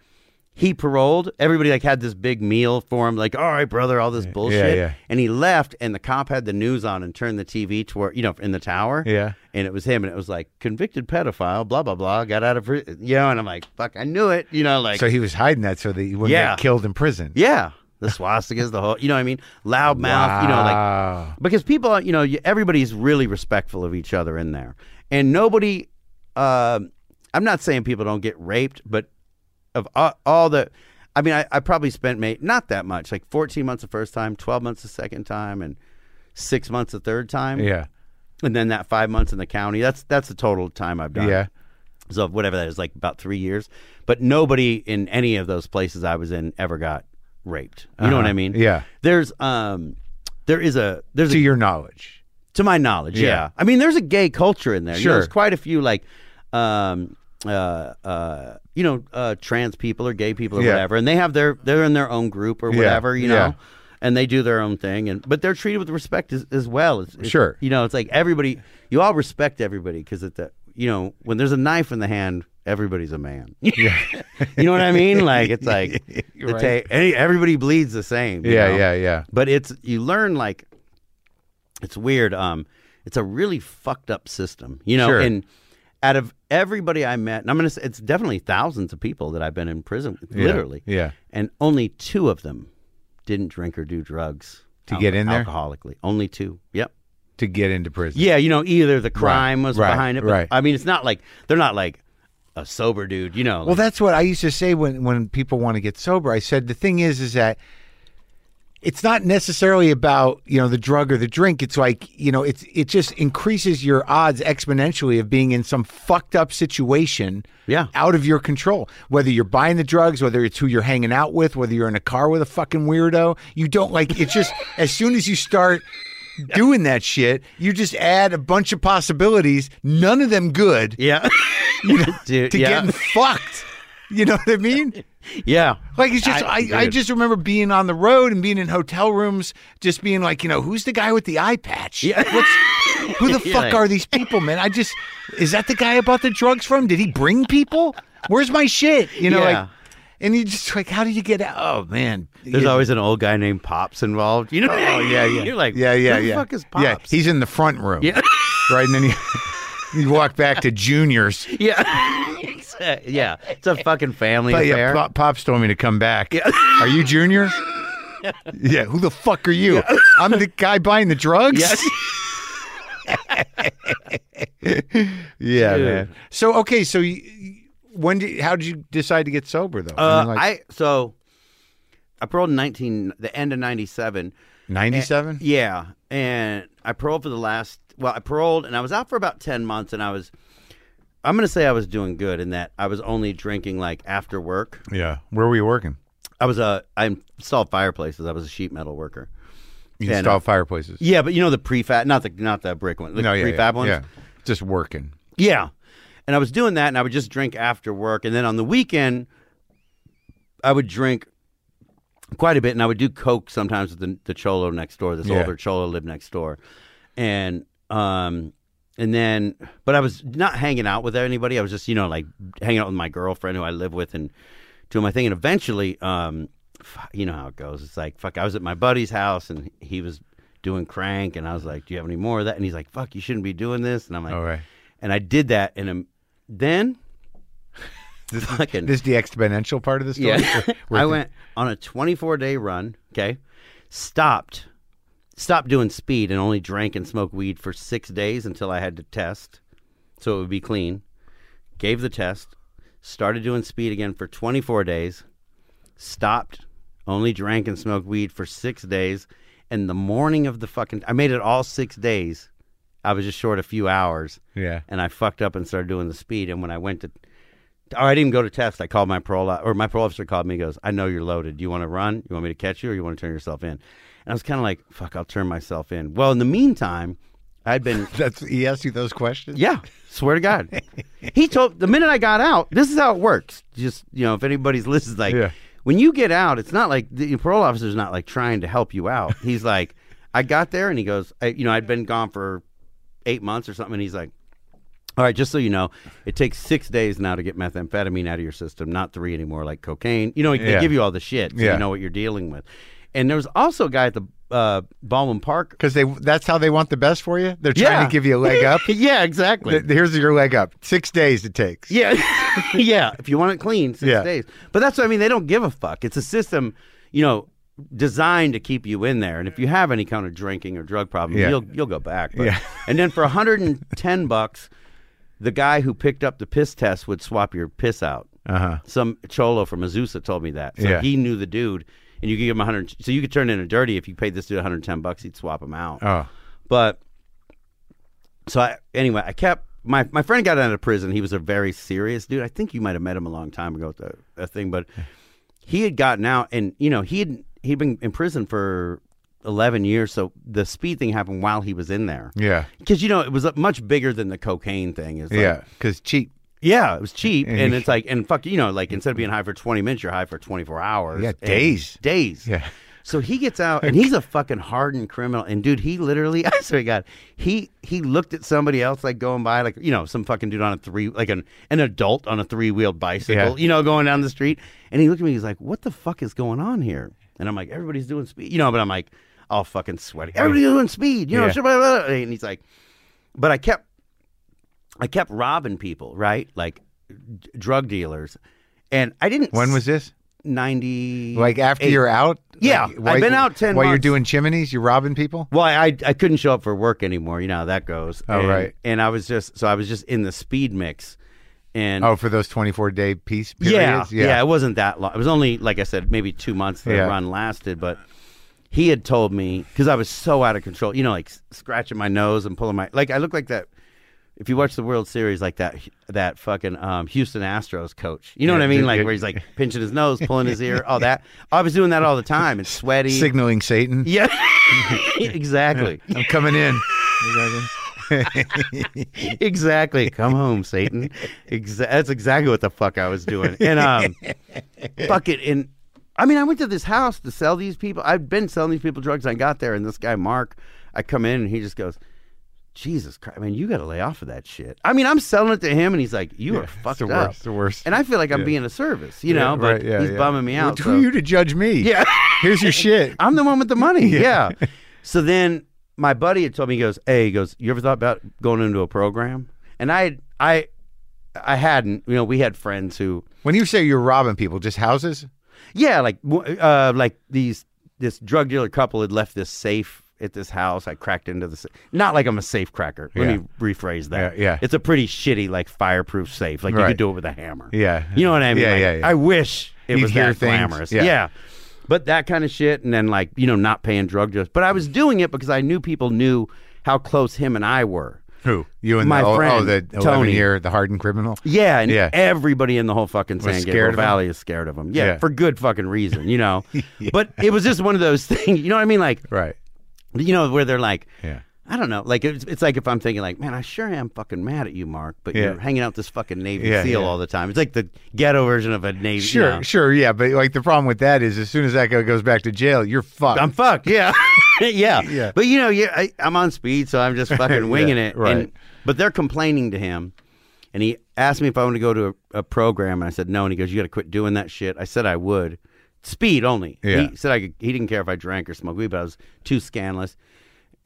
S3: he paroled. Everybody like had this big meal for him, like, all right, brother, all this bullshit.
S1: yeah.
S3: And he left, and the cop had the news on and turned the TV toward, you know, in the tower.
S1: Yeah.
S3: And it was him, and it was like, convicted pedophile, blah, blah, blah, got out of prison. You know, and I'm like, fuck, I knew it. You know, like,
S1: so he was hiding that so that he wouldn't
S3: Yeah.
S1: get killed in prison.
S3: yeah, the swastikas, the whole, you know what I mean? Loud mouth, you know, like,
S1: Wow.
S3: because people are, you know you- everybody's really respectful of each other in there and nobody um i'm not saying people don't get raped but of all, all the i mean I, I probably spent mate not that much like 14 months the first time 12 months the second time and six months the third time
S1: yeah,
S3: and then that five months in the county that's that's the total time i've done
S1: yeah.
S3: so whatever that is like about three years but nobody in any of those places i was in ever got raped you know what i mean
S1: Uh-huh. Yeah.
S3: there's um there is a there's
S1: To
S3: a
S1: your knowledge.
S3: to my knowledge, yeah.
S1: Yeah.
S3: I mean, there's a gay culture in there. You know,
S1: Sure.
S3: there's quite a few like, um, uh, uh, you know, uh, trans people or gay people or
S1: Yeah.
S3: whatever, and they have their they're in their own group or whatever, you know,
S1: yeah.
S3: and they do their own thing, and but they're treated with respect as, as well. It's, it's-
S1: Sure.
S3: you know, it's like everybody, you all respect everybody because at the you know when there's a knife in the hand, everybody's a man. Yeah. you know what I mean? Like it's like the ta- any- everybody bleeds the same. you
S1: Yeah,
S3: know?
S1: yeah, yeah.
S3: But it's you learn like it's weird. Um, it's a really fucked up system, you know.
S1: Sure.
S3: And out of everybody I met, and I'm gonna say it's definitely thousands of people that I've been in prison with,
S1: Yeah,
S3: literally.
S1: yeah.
S3: And only two of them didn't drink or do drugs
S1: To get in there?
S3: alcoholically. Only two. Yep.
S1: To get into prison.
S3: Yeah, you know, either the crime was
S1: right,
S3: behind it. But,
S1: right.
S3: I mean, it's not like they're not like a sober dude, you know.
S1: Well,
S3: like-
S1: that's what I used to say when, when people want to get sober. I said the thing is, is that it's not necessarily about you know the drug or the drink. It's like you know, it's it just increases your odds exponentially of being in some fucked up situation.
S3: Yeah.
S1: out of your control. Whether you're buying the drugs, whether it's who you're hanging out with, whether you're in a car with a fucking weirdo, you don't like. It's just as soon as you start. Doing that shit, you just add a bunch of possibilities, none of them good,
S3: yeah. Dude,
S1: to
S3: yeah.
S1: getting fucked. You know what I mean?
S3: yeah.
S1: Like it's just I, I,
S3: dude.
S1: just remember being on the road and being in hotel rooms, just being like, you know, who's the guy with the eye patch?
S3: Yeah.
S1: What's who the
S3: Yeah,
S1: fuck
S3: like-
S1: are these people, man? I just is that the guy I bought the drugs from? Did he bring people? Where's my shit? You know,
S3: Yeah.
S1: like and you just like, how do you get out? Oh man.
S3: There's
S1: Yeah.
S3: always an old guy named Pops involved. You know? Oh yeah, yeah. You're like,
S1: Yeah, yeah,
S3: who the
S1: yeah.
S3: Fuck is Pops?
S1: Yeah, he's in the front room.
S3: Yeah.
S1: Right, and then you you walk back to juniors.
S3: yeah, Exact- yeah. It's a fucking family
S1: But yeah,
S3: affair.
S1: Pop, Pops told me to come back. Are you Junior? yeah. Who the fuck are you? I'm the guy buying the drugs.
S3: Yes.
S1: yeah,
S3: Dude.
S1: man. So okay, so you, you- when did how did you decide to get sober though?
S3: Uh, I so I paroled in nineteen, the end of ninety seven.
S1: ninety seven.
S3: Yeah, and I paroled for the last well, I paroled and I was out for about 10 months and I was, I'm going to say I was doing good in that I was only drinking like after work.
S4: Yeah. Where were you working?
S3: I was a, I installed fireplaces. I was a sheet metal worker.
S4: You
S3: Yeah, no.
S4: installed fireplaces.
S3: Yeah, but you know the prefab, not the, not the brick one, the
S4: no, yeah,
S3: prefab
S4: yeah,
S3: ones.
S4: yeah. Just working.
S3: Yeah. And I was doing that and I would just drink after work. And then on the weekend, I would drink quite a bit and I would do Coke sometimes with the, the Cholo next door. This
S4: Yeah.
S3: older Cholo lived next door. And, um, and then, but I was not hanging out with anybody. I was just, you know, like hanging out with my girlfriend who I live with and doing my thing. And eventually, um, f- you know how it goes. It's like, fuck, I was at my buddy's house and he was doing crank. And I was like, do you have any more of that? And he's like, fuck, you shouldn't be doing this. And I'm like,
S4: All right.
S3: and I did that, and um, then
S4: This,
S3: fucking
S4: this is the exponential part of the story.
S3: yeah,
S4: Where-
S3: I went on a 24 day run. Okay, stopped, stopped doing speed, and only drank and smoked weed for six days until I had to test, so it would be clean. Gave the test, started doing speed again for 24 days, stopped, only drank and smoked weed for six days, and the morning of the fucking, I made it all six days. I was just short a few hours
S4: Yeah.
S3: and I fucked up and started doing the speed. And when I went to, or I didn't even go to test. I called my parole o- or my parole officer called me. and Goes, I know you're loaded. Do you want to run? You want me to catch you, or you want to turn yourself in? And I was kind of like, fuck, I'll turn myself in. Well, in the meantime, I'd been
S4: That's he asked you those questions.
S3: yeah, swear to God. He told the minute I got out, this is how it works. Just you know, if anybody's listening, like
S4: Yeah.
S3: when you get out, it's not like the parole officer's not like trying to help you out. He's like, I got there, and he goes, I, you know, I'd been gone for eight months or something, and he's like. All right, just so you know, it takes six days now to get methamphetamine out of your system, not three anymore, like cocaine. You know, they
S4: Yeah.
S3: give you all the shit, so
S4: Yeah.
S3: you know what you're dealing with. And there was also a guy at the uh, Baldwin Park.
S4: Because they that's how they want the best for you. They're trying
S3: Yeah.
S4: to give you a leg up.
S3: yeah, exactly.
S4: Th- Here's your leg up. Six days it takes.
S3: Yeah, yeah. If you want it clean, six
S4: Yeah.
S3: days. But that's what I mean. They don't give a fuck. It's a system, you know, designed to keep you in there. And if you have any kind of drinking or drug problem,
S4: Yeah.
S3: you'll you'll go back. But-
S4: Yeah.
S3: And then for 110 bucks, the guy who picked up the piss test would swap your piss out.
S4: Uh huh.
S3: Some cholo from Azusa told me that. So
S4: Yeah.
S3: he knew the dude, and you could give him 100. So you could turn in a dirty if you paid this dude 110 bucks, he'd swap him out.
S4: Oh.
S3: But so I, anyway, I kept my my friend got out of prison. He was a very serious dude. I think you might have met him a long time ago at the, that thing, but he had gotten out, and you know he had he'd been in prison for eleven years. So the speed thing happened while he was in there,
S4: Yeah.
S3: because you know it was uh, much bigger than the cocaine thing. It's like,
S4: yeah. Because cheap.
S3: yeah, it was cheap, and it's like, and fuck, you know, like instead of being high for twenty minutes, you're high for twenty four hours.
S4: Yeah,
S3: and-
S4: days.
S3: days.
S4: Yeah.
S3: So he gets out, and he's a fucking hardened criminal. And dude, he literally, I swear to God, he he looked at somebody else like going by, like you know, some fucking dude on a three, like an an adult on a three wheeled bicycle,
S4: Yeah.
S3: you know, going down the street, and he looked at me, he's like, "What the fuck is going on here?" And I'm like, "Everybody's doing speed," you know, but I'm like, all fucking sweaty. Everybody's doing speed, you know.
S4: Yeah.
S3: shit, blah, blah, blah. And he's like, but I kept I kept robbing people, right? Like d- drug dealers. And I didn't.
S4: When was this?
S3: 90?
S4: Like after
S3: Eight.
S4: you're out?
S3: Yeah,
S4: Like,
S3: I've been out 10
S4: While you're
S3: months.
S4: doing chimneys, you're robbing people.
S3: Well, I I couldn't show up for work anymore. You know how that goes.
S4: Oh,
S3: and,
S4: right.
S3: And I was just so I was just in the speed mix, and
S4: Oh, for those 24 day peace
S3: yeah,
S4: periods.
S3: yeah, It wasn't that long. It was only like I said, maybe two months the
S4: Yeah.
S3: run lasted. But he had told me because I was so out of control. You know, like s- scratching my nose and pulling my like I look like that. If you watch the World Series, like that that fucking um, Houston Astros coach, you know
S4: Yeah,
S3: what I mean,
S4: dude,
S3: like
S4: yeah.
S3: where he's like pinching his nose, pulling his ear, all that. I was doing that all the time and sweaty.
S4: Signaling Satan.
S3: yeah, exactly.
S4: I'm coming in.
S3: exactly. Come home, Satan. Exa- that's exactly what the fuck I was doing. And um, fuck it. And I mean, I went to this house to sell these people. I've been selling these people drugs. I got there, and this guy Mark, I come in, and he just goes. Jesus Christ, man, you got to lay off of that shit. I mean, I'm selling it to him, and he's like, "You are fucked
S4: the
S3: up."
S4: worst, the worst.
S3: And I feel like I'm
S4: Yeah.
S3: being a service, you know. but
S4: Right, yeah,
S3: he's
S4: yeah.
S3: bumming me out.
S4: Who
S3: so-
S4: are you to judge me?
S3: Yeah.
S4: Here's your shit.
S3: I'm the one with the money. yeah. So then my buddy had told me, he goes, Hey, he goes, You ever thought about going into a program? And I I I hadn't. You know, we had friends who
S4: When you say you're robbing people, just houses?
S3: Yeah, like w- uh like these this drug dealer couple had left this safe at this house. I cracked into the sa- not like I'm a safe cracker. Let
S4: Yeah.
S3: me rephrase that.
S4: Yeah, yeah.
S3: It's a pretty shitty like fireproof safe. Like you
S4: Right.
S3: could do it with a hammer.
S4: Yeah.
S3: You know what I mean?
S4: Yeah,
S3: Like,
S4: yeah, yeah.
S3: I wish it
S4: You'd
S3: was
S4: hear
S3: that
S4: things.
S3: glamorous.
S4: Yeah.
S3: But that kind of shit, and then like you know, not paying drug deals. But I was doing it because I knew people knew how close him and I were.
S1: Who you and
S3: My
S1: the, oh,
S3: friend,
S1: oh, the
S3: Tony.
S1: eleven-year, the hardened criminal.
S3: Yeah, and
S1: Yeah.
S3: everybody in the whole fucking San
S1: scared
S3: Gabriel
S1: of him?
S3: Valley is scared of him. Yeah,
S1: Yeah.
S3: for good fucking reason, you know. But it was just one of those things, you know what I mean? Like,
S1: Right.
S3: you know, where they're like,
S1: Yeah.
S3: I don't know. Like it's, it's like if I'm thinking like, man, I sure am fucking mad at you, Mark, but
S1: Yeah.
S3: you're hanging out with this fucking Navy
S1: Yeah,
S3: SEAL
S1: yeah.
S3: all the time. It's like the ghetto version of a Navy. you
S1: Sure,
S3: know.
S1: sure, yeah, but like the problem with that is, as soon as that guy goes back to jail, you're fucked.
S3: I'm fucked. Yeah, yeah,
S1: Yeah.
S3: But you know, yeah, I, I'm on speed, so I'm just fucking winging it.
S1: right.
S3: And, but they're complaining to him, and he asked me if I wanted to go to a, a program, and I said no. And he goes, "You got to quit doing that shit." I said I would, speed only.
S1: Yeah.
S3: He said I could, he didn't care if I drank or smoked weed, but I was too scandalous.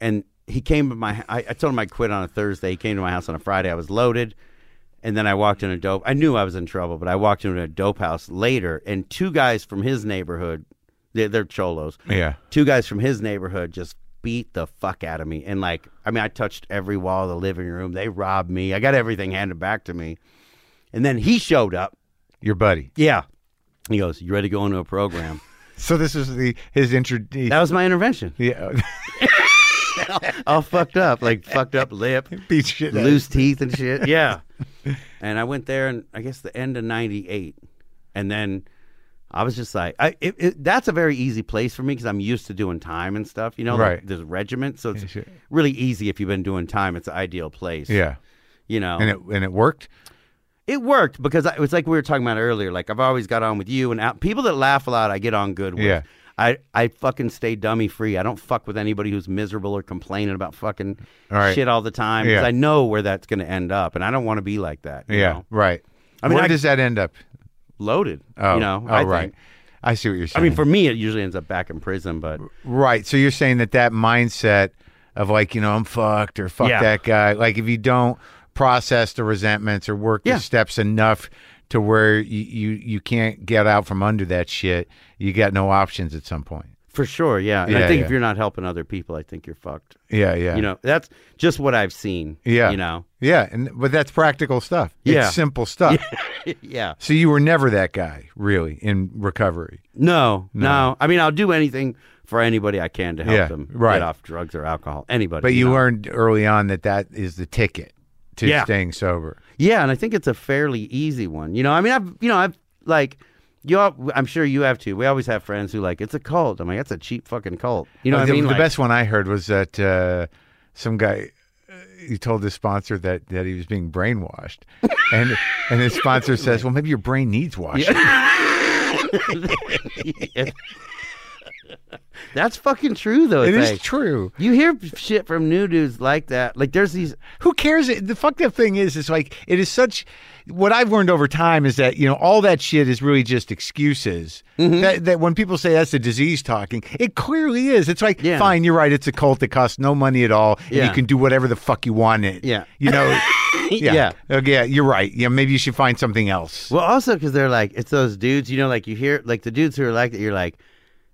S3: And he came to my. I, I told him I quit on a Thursday. He came to my house on a Friday. I was loaded. And then I walked in a dope. I knew I was in trouble, but I walked into a dope house later, and two guys from his neighborhood, they're, they're cholos,
S1: yeah,
S3: two guys from his neighborhood just beat the fuck out of me and like i mean i touched every wall of the living room they robbed me i got everything handed back to me and then he showed up
S1: your buddy.
S3: yeah he goes you ready to go into a program
S1: So this is the uh, his intro.
S3: that was my intervention
S1: yeah,
S3: all fucked up like fucked up lip
S1: beat shit. out of-
S3: loose teeth and shit yeah and i went there and i guess the end of 98 and then i was just like I, it, it, that's a very easy place for me because i'm used to doing time and stuff you know
S1: Right.
S3: like there's regiment so it's
S1: sure.
S3: really easy if you've been doing time it's the ideal place
S1: Yeah,
S3: you know
S1: and it and it worked.
S3: it worked because I, it was like we were talking about earlier. Like I've always got on with you and out, people that laugh a lot. I get on good with.
S1: Yeah.
S3: I I fucking stay dummy free. I don't fuck with anybody who's miserable or complaining about fucking
S1: All right.
S3: shit all the time
S1: Yeah.
S3: I know where that's going to end up, and I don't want to be like that. you
S1: Yeah,
S3: know?
S1: right.
S3: I mean,
S1: where
S3: I-
S1: does that end up?
S3: loaded.
S1: Oh,
S3: you know.
S1: oh,
S3: I
S1: right.
S3: think.
S1: I see what you're
S3: I
S1: saying.
S3: mean, for me, it usually ends up back in prison, but
S1: right. So you're saying that that mindset of like, you know, I'm fucked or fuck
S3: Yeah.
S1: that guy. Like, if you don't process the resentments or work
S3: Yeah.
S1: the steps enough to where you, you you can't get out from under that shit, you got no options at some point.
S3: for sure, yeah. And
S1: Yeah,
S3: I think
S1: yeah.
S3: if you're not helping other people, I think you're fucked.
S1: Yeah, yeah,
S3: You know, that's just what I've seen.
S1: Yeah.
S3: You know.
S1: yeah. And but that's practical stuff.
S3: Yeah.
S1: it's simple stuff.
S3: yeah.
S1: So you were never that guy, really, in recovery.
S3: No, no, I mean, I'll do anything for anybody I can to help
S1: Yeah,
S3: them
S1: right.
S3: get off drugs or alcohol. Anybody.
S1: But you
S3: know.
S1: learned early on that that is the ticket to
S3: Yeah.
S1: staying sober.
S3: Yeah, and I think it's a fairly easy one. You know, I mean, I've, you know, I've like, you all, I'm sure you have too. We always have friends who like, it's a cult. I'm like, that's a cheap fucking cult. You know
S1: Well,
S3: what
S1: the,
S3: I mean?
S1: the
S3: Like,
S1: best one I heard was that uh, some guy uh, he told his sponsor that that he was being brainwashed, and and his sponsor says, "Well, maybe your brain needs washing."
S3: That's fucking true, though.
S1: It
S3: it's
S1: is
S3: like-
S1: true.
S3: You hear shit from new dudes like that. Like, there's these,
S1: Who cares? The fucked up thing is, it's like it is such. What I've learned over time is that you know all that shit is really just excuses.
S3: Mm-hmm.
S1: That, that when people say that's a disease talking, it clearly is. It's like,
S3: Yeah.
S1: fine, you're right. It's a cult that costs no money at all, and
S3: Yeah.
S1: you can do whatever the fuck you want. in It,
S3: Yeah.
S1: you know.
S3: Yeah.
S1: yeah. Okay, yeah, you're right. Yeah, maybe you should find something else.
S3: Well, also because they're like, it's those dudes, you know, like you hear, like the dudes who are like that, you're like,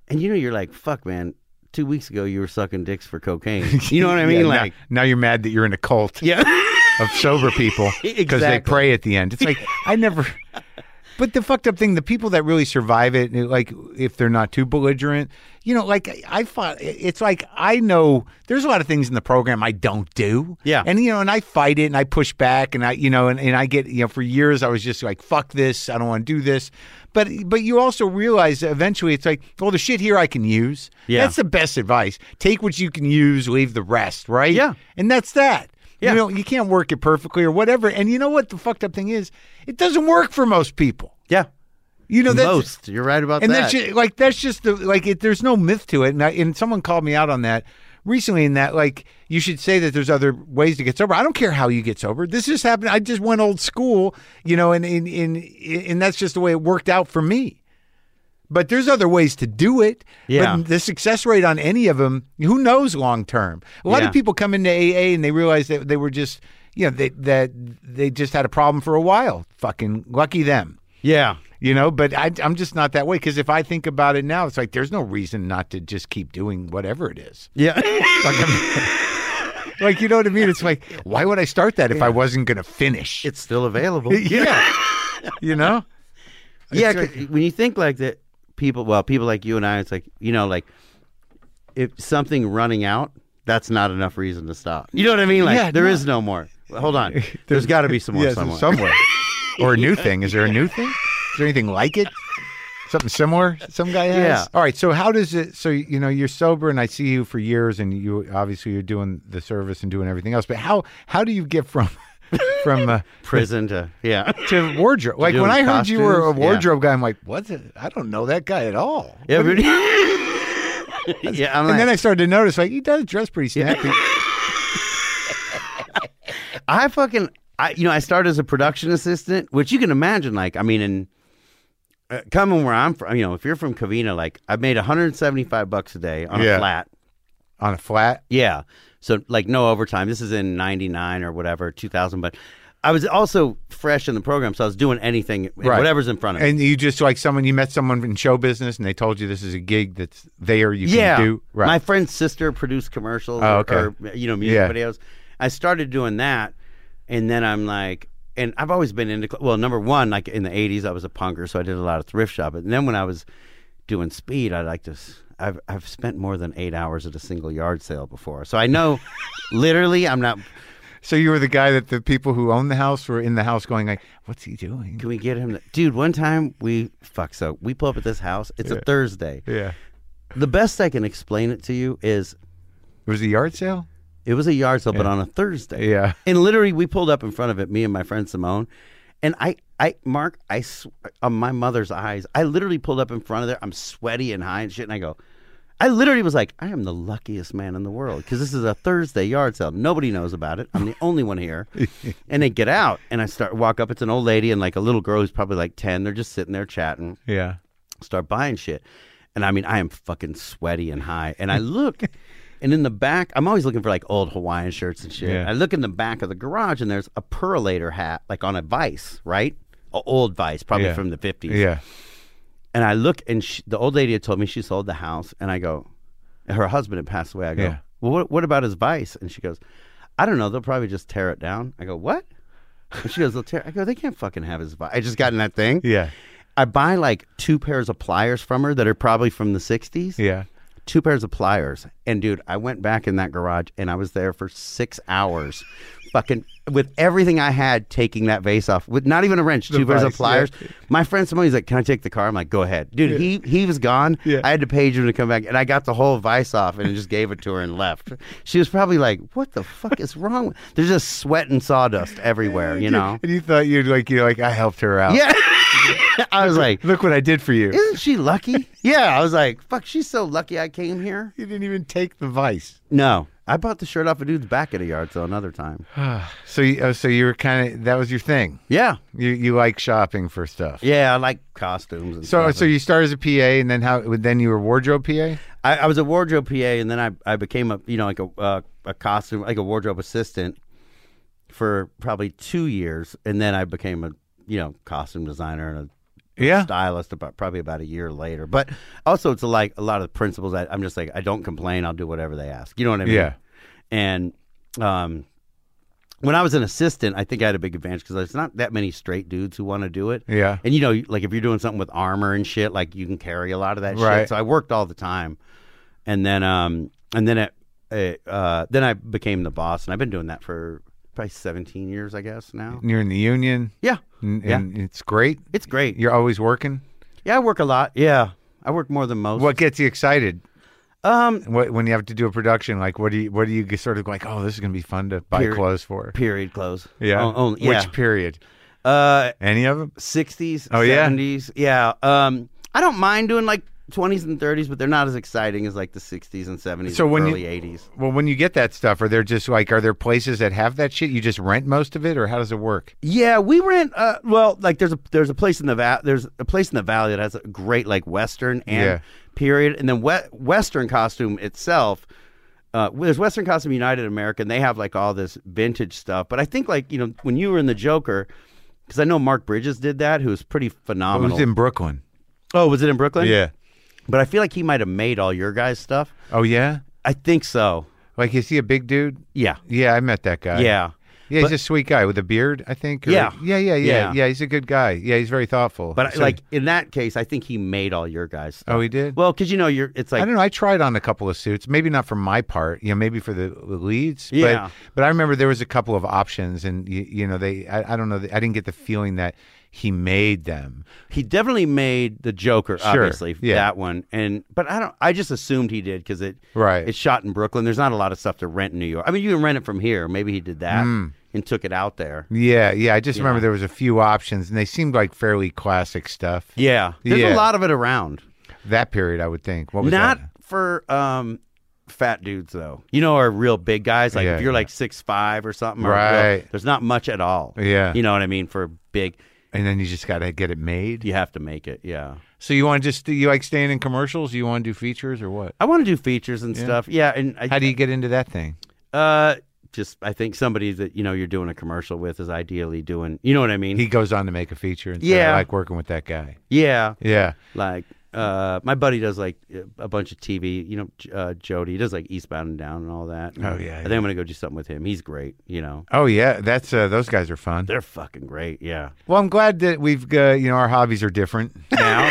S3: and you know, you're like, fuck, man, two weeks ago you were sucking dicks for cocaine. You know what I
S1: Yeah,
S3: mean?
S1: now-
S3: like,
S1: now, you're mad that you're in a cult
S3: yeah.
S1: of sober people because they
S3: Exactly.
S1: pray at the end. It's like I never. But the fucked up thing, the people that really survive it, like if they're not too belligerent, you know, like I- I fought. It's like I know there's a lot of things in the program I don't do.
S3: Yeah.
S1: and you know, and I fight it, and I push back, and I, you know, and, and I get, you know, for years I was just like, fuck this, I don't want to do this. But but you also realize that eventually it's like, well, the shit here I can use.
S3: Yeah.
S1: that's the best advice. Take what you can use, leave the rest. Right.
S3: Yeah.
S1: and that's that.
S3: Yeah.
S1: You know, you can't work it perfectly or whatever. And you know what the fucked up thing is? It doesn't work for most people.
S3: yeah.
S1: You know, that's,
S3: Most. You're right about
S1: and
S3: that.
S1: that's just, like that's just the like it, there's no myth to it. And, I, and someone called me out on that recently. In that, like, you should say that there's other ways to get sober. I don't care how you get sober. This just happened. I just went old school, you know, and and and, and that's just the way it worked out for me. But there's other ways to do it.
S3: Yeah.
S1: But the success rate on any of them, who knows long term? A lot
S3: Yeah.
S1: of people come into AA and they realize that they were just, you know, they, that they just had a problem for a while. Fucking lucky them
S3: yeah.
S1: you know but I, i'm just not that way because if i think about it now it's like there's no reason not to just keep doing whatever it is
S3: Yeah.
S1: like you know what i mean it's like why would i start that if i wasn't going to finish
S3: it's still available.
S1: yeah you know
S3: yeah.
S1: It's
S3: 'cause when you think like that, people, well, people like you and I, it's like, you know, like if something running out, that's not enough reason to stop. You know what I mean? Like
S1: Yeah,
S3: there
S1: no.
S3: is no more. Hold on. There's got to be some more
S1: Yes,
S3: somewhere.
S1: somewhere. or a new thing. Is there a new thing? Is there anything like it? Something similar some guy has?
S3: Yeah.
S1: All right. So how does it so you know, you're sober and I see you for years and you obviously you're doing the service and doing everything else, but how how do you get from from uh,
S3: Prison to yeah.
S1: to wardrobe? Like when
S3: doing
S1: I heard you were a
S3: costumes? Yeah.
S1: wardrobe guy, I'm like, what's it? I don't know that guy at all.
S3: Yeah, really- yeah. I'm
S1: And then
S3: like,
S1: I started to notice, like, he does dress pretty snappy.
S3: I fucking, I you know, I started as a production assistant, which you can imagine. Like, I mean, in uh, coming where I'm from, you know, if you're from Covina, like I made 175 bucks a day on
S1: Yeah.
S3: a flat.
S1: On a flat.
S3: Yeah. So like no overtime. This is in 99 or whatever, 2000, but I was also fresh in the program, so I was doing anything
S1: Right.
S3: whatever's in front of me.
S1: And you just like someone you met someone in show business and they told you this is a gig that's there you
S3: yeah.
S1: can do. Right.
S3: My friend's sister produced commercials
S1: Oh,
S3: or-
S1: okay.
S3: or, you know, music
S1: Yeah.
S3: videos. I started doing that and then I'm like and I've always been into cl- well, number one, like in the 80s I was a punker, so I did a lot of thrift shopping. And then when I was doing speed, I like to s- I've I've spent more than 8 hours at a single yard sale before. So I know literally I'm not
S1: So you were the guy that the people who owned the house were in the house going like, "What's he doing?"
S3: Can we get him? To, dude, one time we fuck so we pull up at this house. It's a Thursday.
S1: Yeah.
S3: The best I can explain it to you is
S1: It was a yard sale.
S3: it was a yard sale, but on a Thursday.
S1: Yeah.
S3: And literally, we pulled up in front of it, me and my friend Simone, and I, I, Mark, I, sw- on my mother's eyes, I literally pulled up in front of there. I'm sweaty and high and shit, and I go. I literally was like, I am the luckiest man in the world because this is a Thursday yard sale. Nobody knows about it. I'm the only one here. and they get out, and I start walk up. It's an old lady and like a little girl who's probably like ten. They're just sitting there chatting.
S1: Yeah.
S3: start buying shit. And I mean, I am fucking sweaty and high. And I look, and in the back, I'm always looking for like old Hawaiian shirts and shit.
S1: Yeah.
S3: I look in the back of the garage, and there's a perlator hat, like on a vice, right? A old vice, probably
S1: Yeah.
S3: from the 50s.
S1: Yeah.
S3: And I look, and she, the old lady had told me she sold the house. And I go, her husband had passed away. I go,
S1: Yeah.
S3: well, what, what about his vice? And she goes, I don't know. They'll probably just tear it down. I go, what? And she goes, they'll tear. I go, they can't fucking have his vice. I just got in that thing.
S1: Yeah.
S3: I buy like two pairs of pliers from her that are probably from the 60s.
S1: Yeah.
S3: Two pairs of pliers. And dude, I went back in that garage and I was there for six hours, fucking with everything I had taking that vase off with not even a wrench, two pairs of
S1: vise,
S3: pliers.
S1: yeah.
S3: My friend, somebody's like, Can I take the car? I'm like, Go ahead. Dude, he, he was gone.
S1: Yeah.
S3: I had to page him to come back and I got the whole vise off and just gave it to her and left. She was probably like, What the fuck is wrong? with-" There's just sweat and sawdust everywhere, you know?
S1: And you thought you'd like you like I helped her out.
S3: Yeah. I was like,
S1: Look what I did for you.
S3: isn't she lucky? yeah, I was like, fuck, she's so lucky I came here.
S1: You didn't even take the vice.
S3: No, I bought the shirt off a dude's back at a yard sale another time.
S1: So you, oh, so you were kind of that was your thing.
S3: Yeah,
S1: You you like shopping for stuff.
S3: yeah, I like costumes. And
S1: So
S3: stuff.
S1: so you started as a PA and then how then you were wardrobe PA?
S3: I, I was a wardrobe PA, and then I, I became a you know like a uh, a costume like a wardrobe assistant for probably two years, and then I became a you know costume designer and a
S1: Yeah.
S3: stylist about probably about a year later. But also, it's like a lot of the principles. I, I'm just like, I don't complain. I'll do whatever they ask. You know what I mean?
S1: Yeah.
S3: And um, when I was an assistant, I think I had a big advantage because there's not that many straight dudes who want to do it.
S1: Yeah.
S3: And you know, like if you're doing something with armor and shit, like you can carry a lot of that
S1: Right.
S3: shit. So I worked all the time, and then um, and then it, it uh, then I became the boss, and I've been doing that for probably 17 years, I guess now.
S1: You're in the union.
S3: Yeah.
S1: And,
S3: Yeah.
S1: and it's great.
S3: It's great.
S1: You're always working.
S3: Yeah, I work a lot. Yeah, I work more than most.
S1: What gets you excited?
S3: Um,
S1: What, when you have to do a production, like what do you what do you g- sort of like? Oh, this is going to be fun to buy
S3: Period.
S1: clothes for.
S3: period clothes.
S1: Yeah.
S3: O- only- yeah.
S1: Which period?
S3: uh,
S1: Any of them?
S3: sixties.
S1: Oh, yeah?
S3: 70s. yeah. Um, I don't mind doing like twenties and thirties, but they're not as exciting as like the sixties and seventies.
S1: So when you-
S3: early eighties.
S1: Well, when you get that stuff, are there just like are there places that have that shit? You just rent most of it, or how does it work?
S3: Yeah, we rent. Uh, well, like there's a there's a place in the va- there's a place in the valley that has a great like western and
S1: Yeah.
S3: period, and then we- western costume itself. Uh, well, there's Western Costume United American. They have like all this vintage stuff, but I think like you know when you were in the Joker, because I know Mark Bridges did that, who was pretty
S1: It Oh,
S3: phenomenal.
S1: was in Brooklyn.
S3: oh, was it in Brooklyn? but I feel like he might have made all your guys' stuff.
S1: Oh yeah.
S3: I think so.
S1: Like is he a big dude?
S3: Yeah,
S1: Yeah, I met that guy.
S3: yeah.
S1: Yeah, he's
S3: But-
S1: a sweet guy with a beard, I think. or-
S3: Yeah.
S1: yeah, yeah, yeah,
S3: Yeah.
S1: yeah, He's a good guy. Yeah, he's very thoughtful.
S3: But
S1: So-
S3: like in that case, I think he made all your guys. Stuff.
S1: oh, he did.
S3: Well, because you know you're. It's like
S1: I don't know. I tried on a couple of suits, maybe not for my part, you know, maybe for the the leads.
S3: Yeah.
S1: But, but I remember there was a couple of options, and you, you know, they. I, I don't know. I didn't get the feeling that he made them.
S3: he definitely made the Joker,
S1: Sure,
S3: obviously
S1: yeah.
S3: that one. And but I don't. I just assumed he did because it
S1: Right.
S3: It's shot in Brooklyn. There's not a lot of stuff to rent in New York. I mean, you can rent it from here. Maybe he did that
S1: Hmm.
S3: and took it out there.
S1: Yeah, yeah. I just
S3: Yeah.
S1: remember there was a few options, and they seemed like fairly classic stuff.
S3: Yeah, there's a
S1: Yeah.
S3: lot of it around.
S1: That period, I would think. What was
S3: not
S1: that?
S3: for um fat dudes though. You know, are real big guys. Like
S1: Yeah,
S3: if you're
S1: yeah.
S3: like six five or something, or real-
S1: Right.
S3: there's not much at all.
S1: Yeah.
S3: you know what I mean. For big,
S1: And then you just got to get it made.
S3: you have to make it. Yeah.
S1: So you want to just do you like staying in commercials? You want to do features or what?
S3: I want to do features and stuff. Yeah, and I,
S1: How do you get into that thing?
S3: Uh, just I think somebody that you know you're doing a commercial with is ideally doing. You know what I mean?
S1: He goes on to make a feature, and
S3: Yeah.
S1: I like working with that guy.
S3: yeah,
S1: Yeah,
S3: like. Uh, my buddy does like a bunch of TV, you know, J- uh, Jody. He does like Eastbound and Down and all that.
S1: Oh, yeah,
S3: I think I'm gonna go do something with him. He's great, you know.
S1: Oh yeah, that's uh, those guys are fun.
S3: They're fucking great, yeah.
S1: Well, I'm glad that we've uh, you know our hobbies are different.
S3: Now,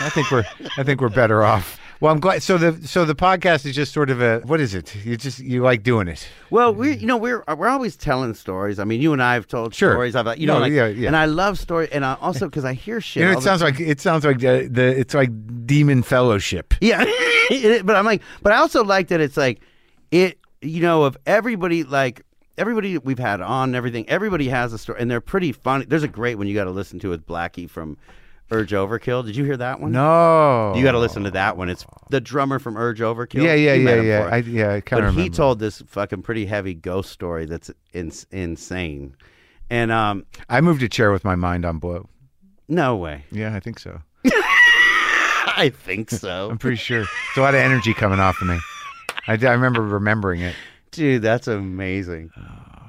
S1: I think we're I think we're better off. Well, I'm glad. So the so the podcast is just sort of a what is it? You just you like doing it.
S3: well, we you know we're uh, we're always telling stories. I mean, you and I have told
S1: Sure.
S3: stories. I've you
S1: No,
S3: know, like,
S1: yeah, yeah.
S3: and I love story, and I also because I hear shit.
S1: You know,
S3: all
S1: it
S3: the-
S1: sounds like it sounds like the, the it's like demon fellowship.
S3: Yeah, It- but I'm like, but I also like that it's like it. You know, of everybody, like everybody that we've had on, and everything. Everybody has a story, and they're pretty funny. There's a great one you got to listen to with Blackie from Urge Overkill. Did you hear that one?
S1: No,
S3: you got to listen to that one. It's the drummer from Urge Overkill.
S1: Yeah, yeah,
S3: You
S1: yeah,
S3: met him
S1: yeah.
S3: before.
S1: I, yeah, I
S3: but
S1: kind of remember.
S3: he told this fucking pretty heavy ghost story that's in, insane, and um,
S1: I moved a chair with my mind on blow.
S3: no way.
S1: Yeah, I think so.
S3: I think so.
S1: I'm pretty sure. It's a lot of energy coming off of me. I, I remember remembering it.
S3: Dude, that's amazing.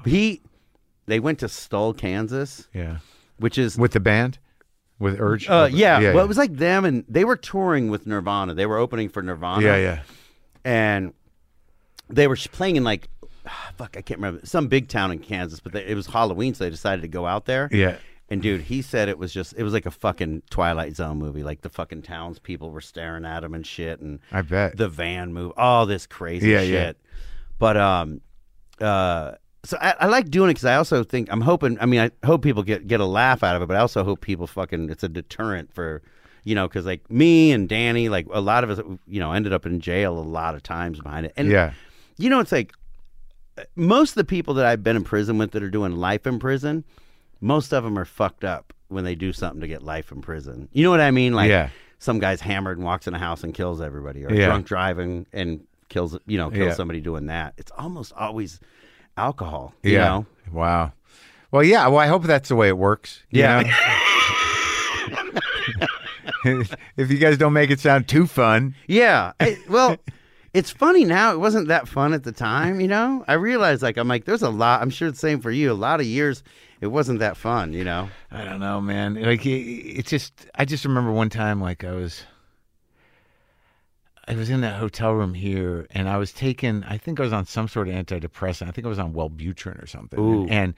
S3: He, they went to Stull, Kansas,
S1: Yeah,
S3: which is,
S1: with the band, with Urge.
S3: uh, yeah,
S1: yeah,
S3: Well, it was like them, and they were touring with Nirvana. They were opening for Nirvana,
S1: yeah, yeah.
S3: and they were sh- playing in like, ah, fuck, I can't remember some big town in Kansas, but they, it was Halloween, so they decided to go out there.
S1: Yeah.
S3: And dude, he said it was just it was like a fucking Twilight Zone movie. Like the fucking townspeople were staring at him and shit, and
S1: I bet.
S3: the van move, all this crazy
S1: Yeah, yeah.
S3: shit. But um, uh, so I, I like doing it because I also think I'm hoping. I mean, I hope people get get a laugh out of it, but I also hope people fucking it's a deterrent for you know because like me and Danny, like a lot of us, you know, ended up in jail a lot of times behind it. And
S1: yeah.
S3: you know, it's like uh, most of the people that I've been in prison with that are doing life in prison, most of them are fucked up when they do something to get life in prison. You know what I mean? Like
S1: Yeah.
S3: some guy's hammered and walks in a house and kills everybody, or
S1: Yeah.
S3: drunk driving and kills you know kills
S1: Yeah.
S3: somebody doing that. It's almost always alcohol. You
S1: yeah.
S3: know?
S1: Wow. Well, yeah. Well, I hope that's the way it works. you
S3: Yeah.
S1: know? if you guys don't make it sound too fun,
S3: Yeah. I- well, it's funny now. It wasn't that fun at the time, you know? I realized, like, I'm like, there's a lot. I'm sure the same for you. A lot of years, it wasn't that fun, you know?
S1: I don't know, man. Like it, it's just, I just remember one time, like I was, I was in that hotel room here, and I was taking, I think I was on some sort of antidepressant. I think I was on Wellbutrin or something,
S3: Ooh.
S1: and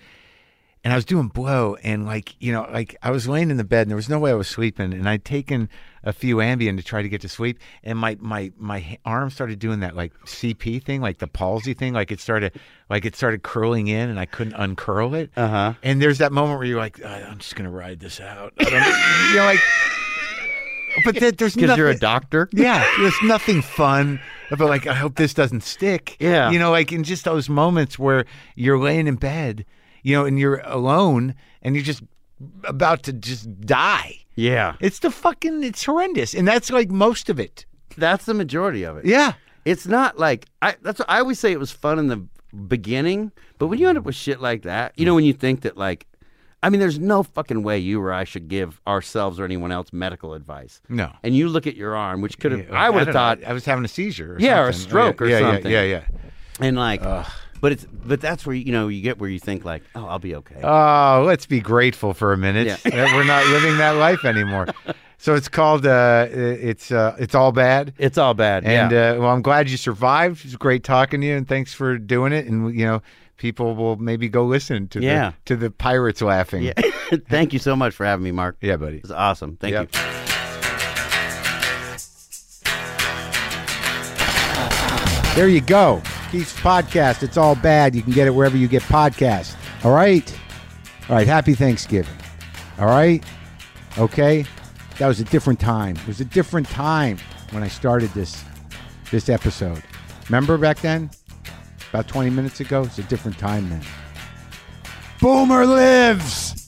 S1: and I was doing blow, and like you know, like I was laying in the bed, and there was no way I was sleeping, and I'd taken a few Ambien to try to get to sleep, and my my my h- arm started doing that like CP thing, like the palsy thing, like it started like it started curling in, and I couldn't uncurl it.
S3: Uh huh.
S1: And there's that moment where you're like, "I- I'm just gonna ride this out. I don't, you know, like, but there, there's
S3: Because
S1: nothing.
S3: you're a doctor.
S1: yeah, there's nothing fun about like, I hope this doesn't stick.
S3: Yeah.
S1: you know, like in just those moments where you're laying in bed, you know, and you're alone, and you're just about to just die.
S3: Yeah.
S1: It's the fucking, it's horrendous, and that's like most of it.
S3: That's the majority of it.
S1: Yeah,
S3: It's not like I that's what I always say it was fun in the beginning, but when you end up with shit like that, you know when you think that like I mean there's no fucking way you or I should give ourselves or anyone else medical advice.
S1: no.
S3: And you look at your arm, which could have I would have
S1: don't know.
S3: thought
S1: I was having a seizure. Or
S3: Yeah, or a
S1: something.
S3: stroke or
S1: yeah,
S3: something.
S1: Yeah, yeah, yeah.
S3: and like But it's but that's where you know you get where you think like, oh, I'll be okay.
S1: Uh,
S4: Oh, let's be grateful for a minute
S3: Yeah.
S4: that we're not living that life anymore. So it's called uh, it's uh, it's all bad.
S3: it's all bad.
S4: And
S3: yeah.
S4: uh, well, I'm glad you survived. It's great talking to you, and thanks for doing it. And you know, people will maybe go listen to
S3: Yeah.
S4: the to the pirates laughing. Yeah,
S3: yeah. Thank you so much for having me, Mark.
S4: yeah buddy.
S3: It was awesome. Thank
S4: Yeah.
S3: you.
S1: There you go. Keith's podcast. It's all bad. You can get it wherever you get podcasts. All right. All right. Happy Thanksgiving. All right. Okay. That was a different time. It was a different time when I started this this episode. Remember back then? About 20 minutes ago? It's a different time then. Boomer lives!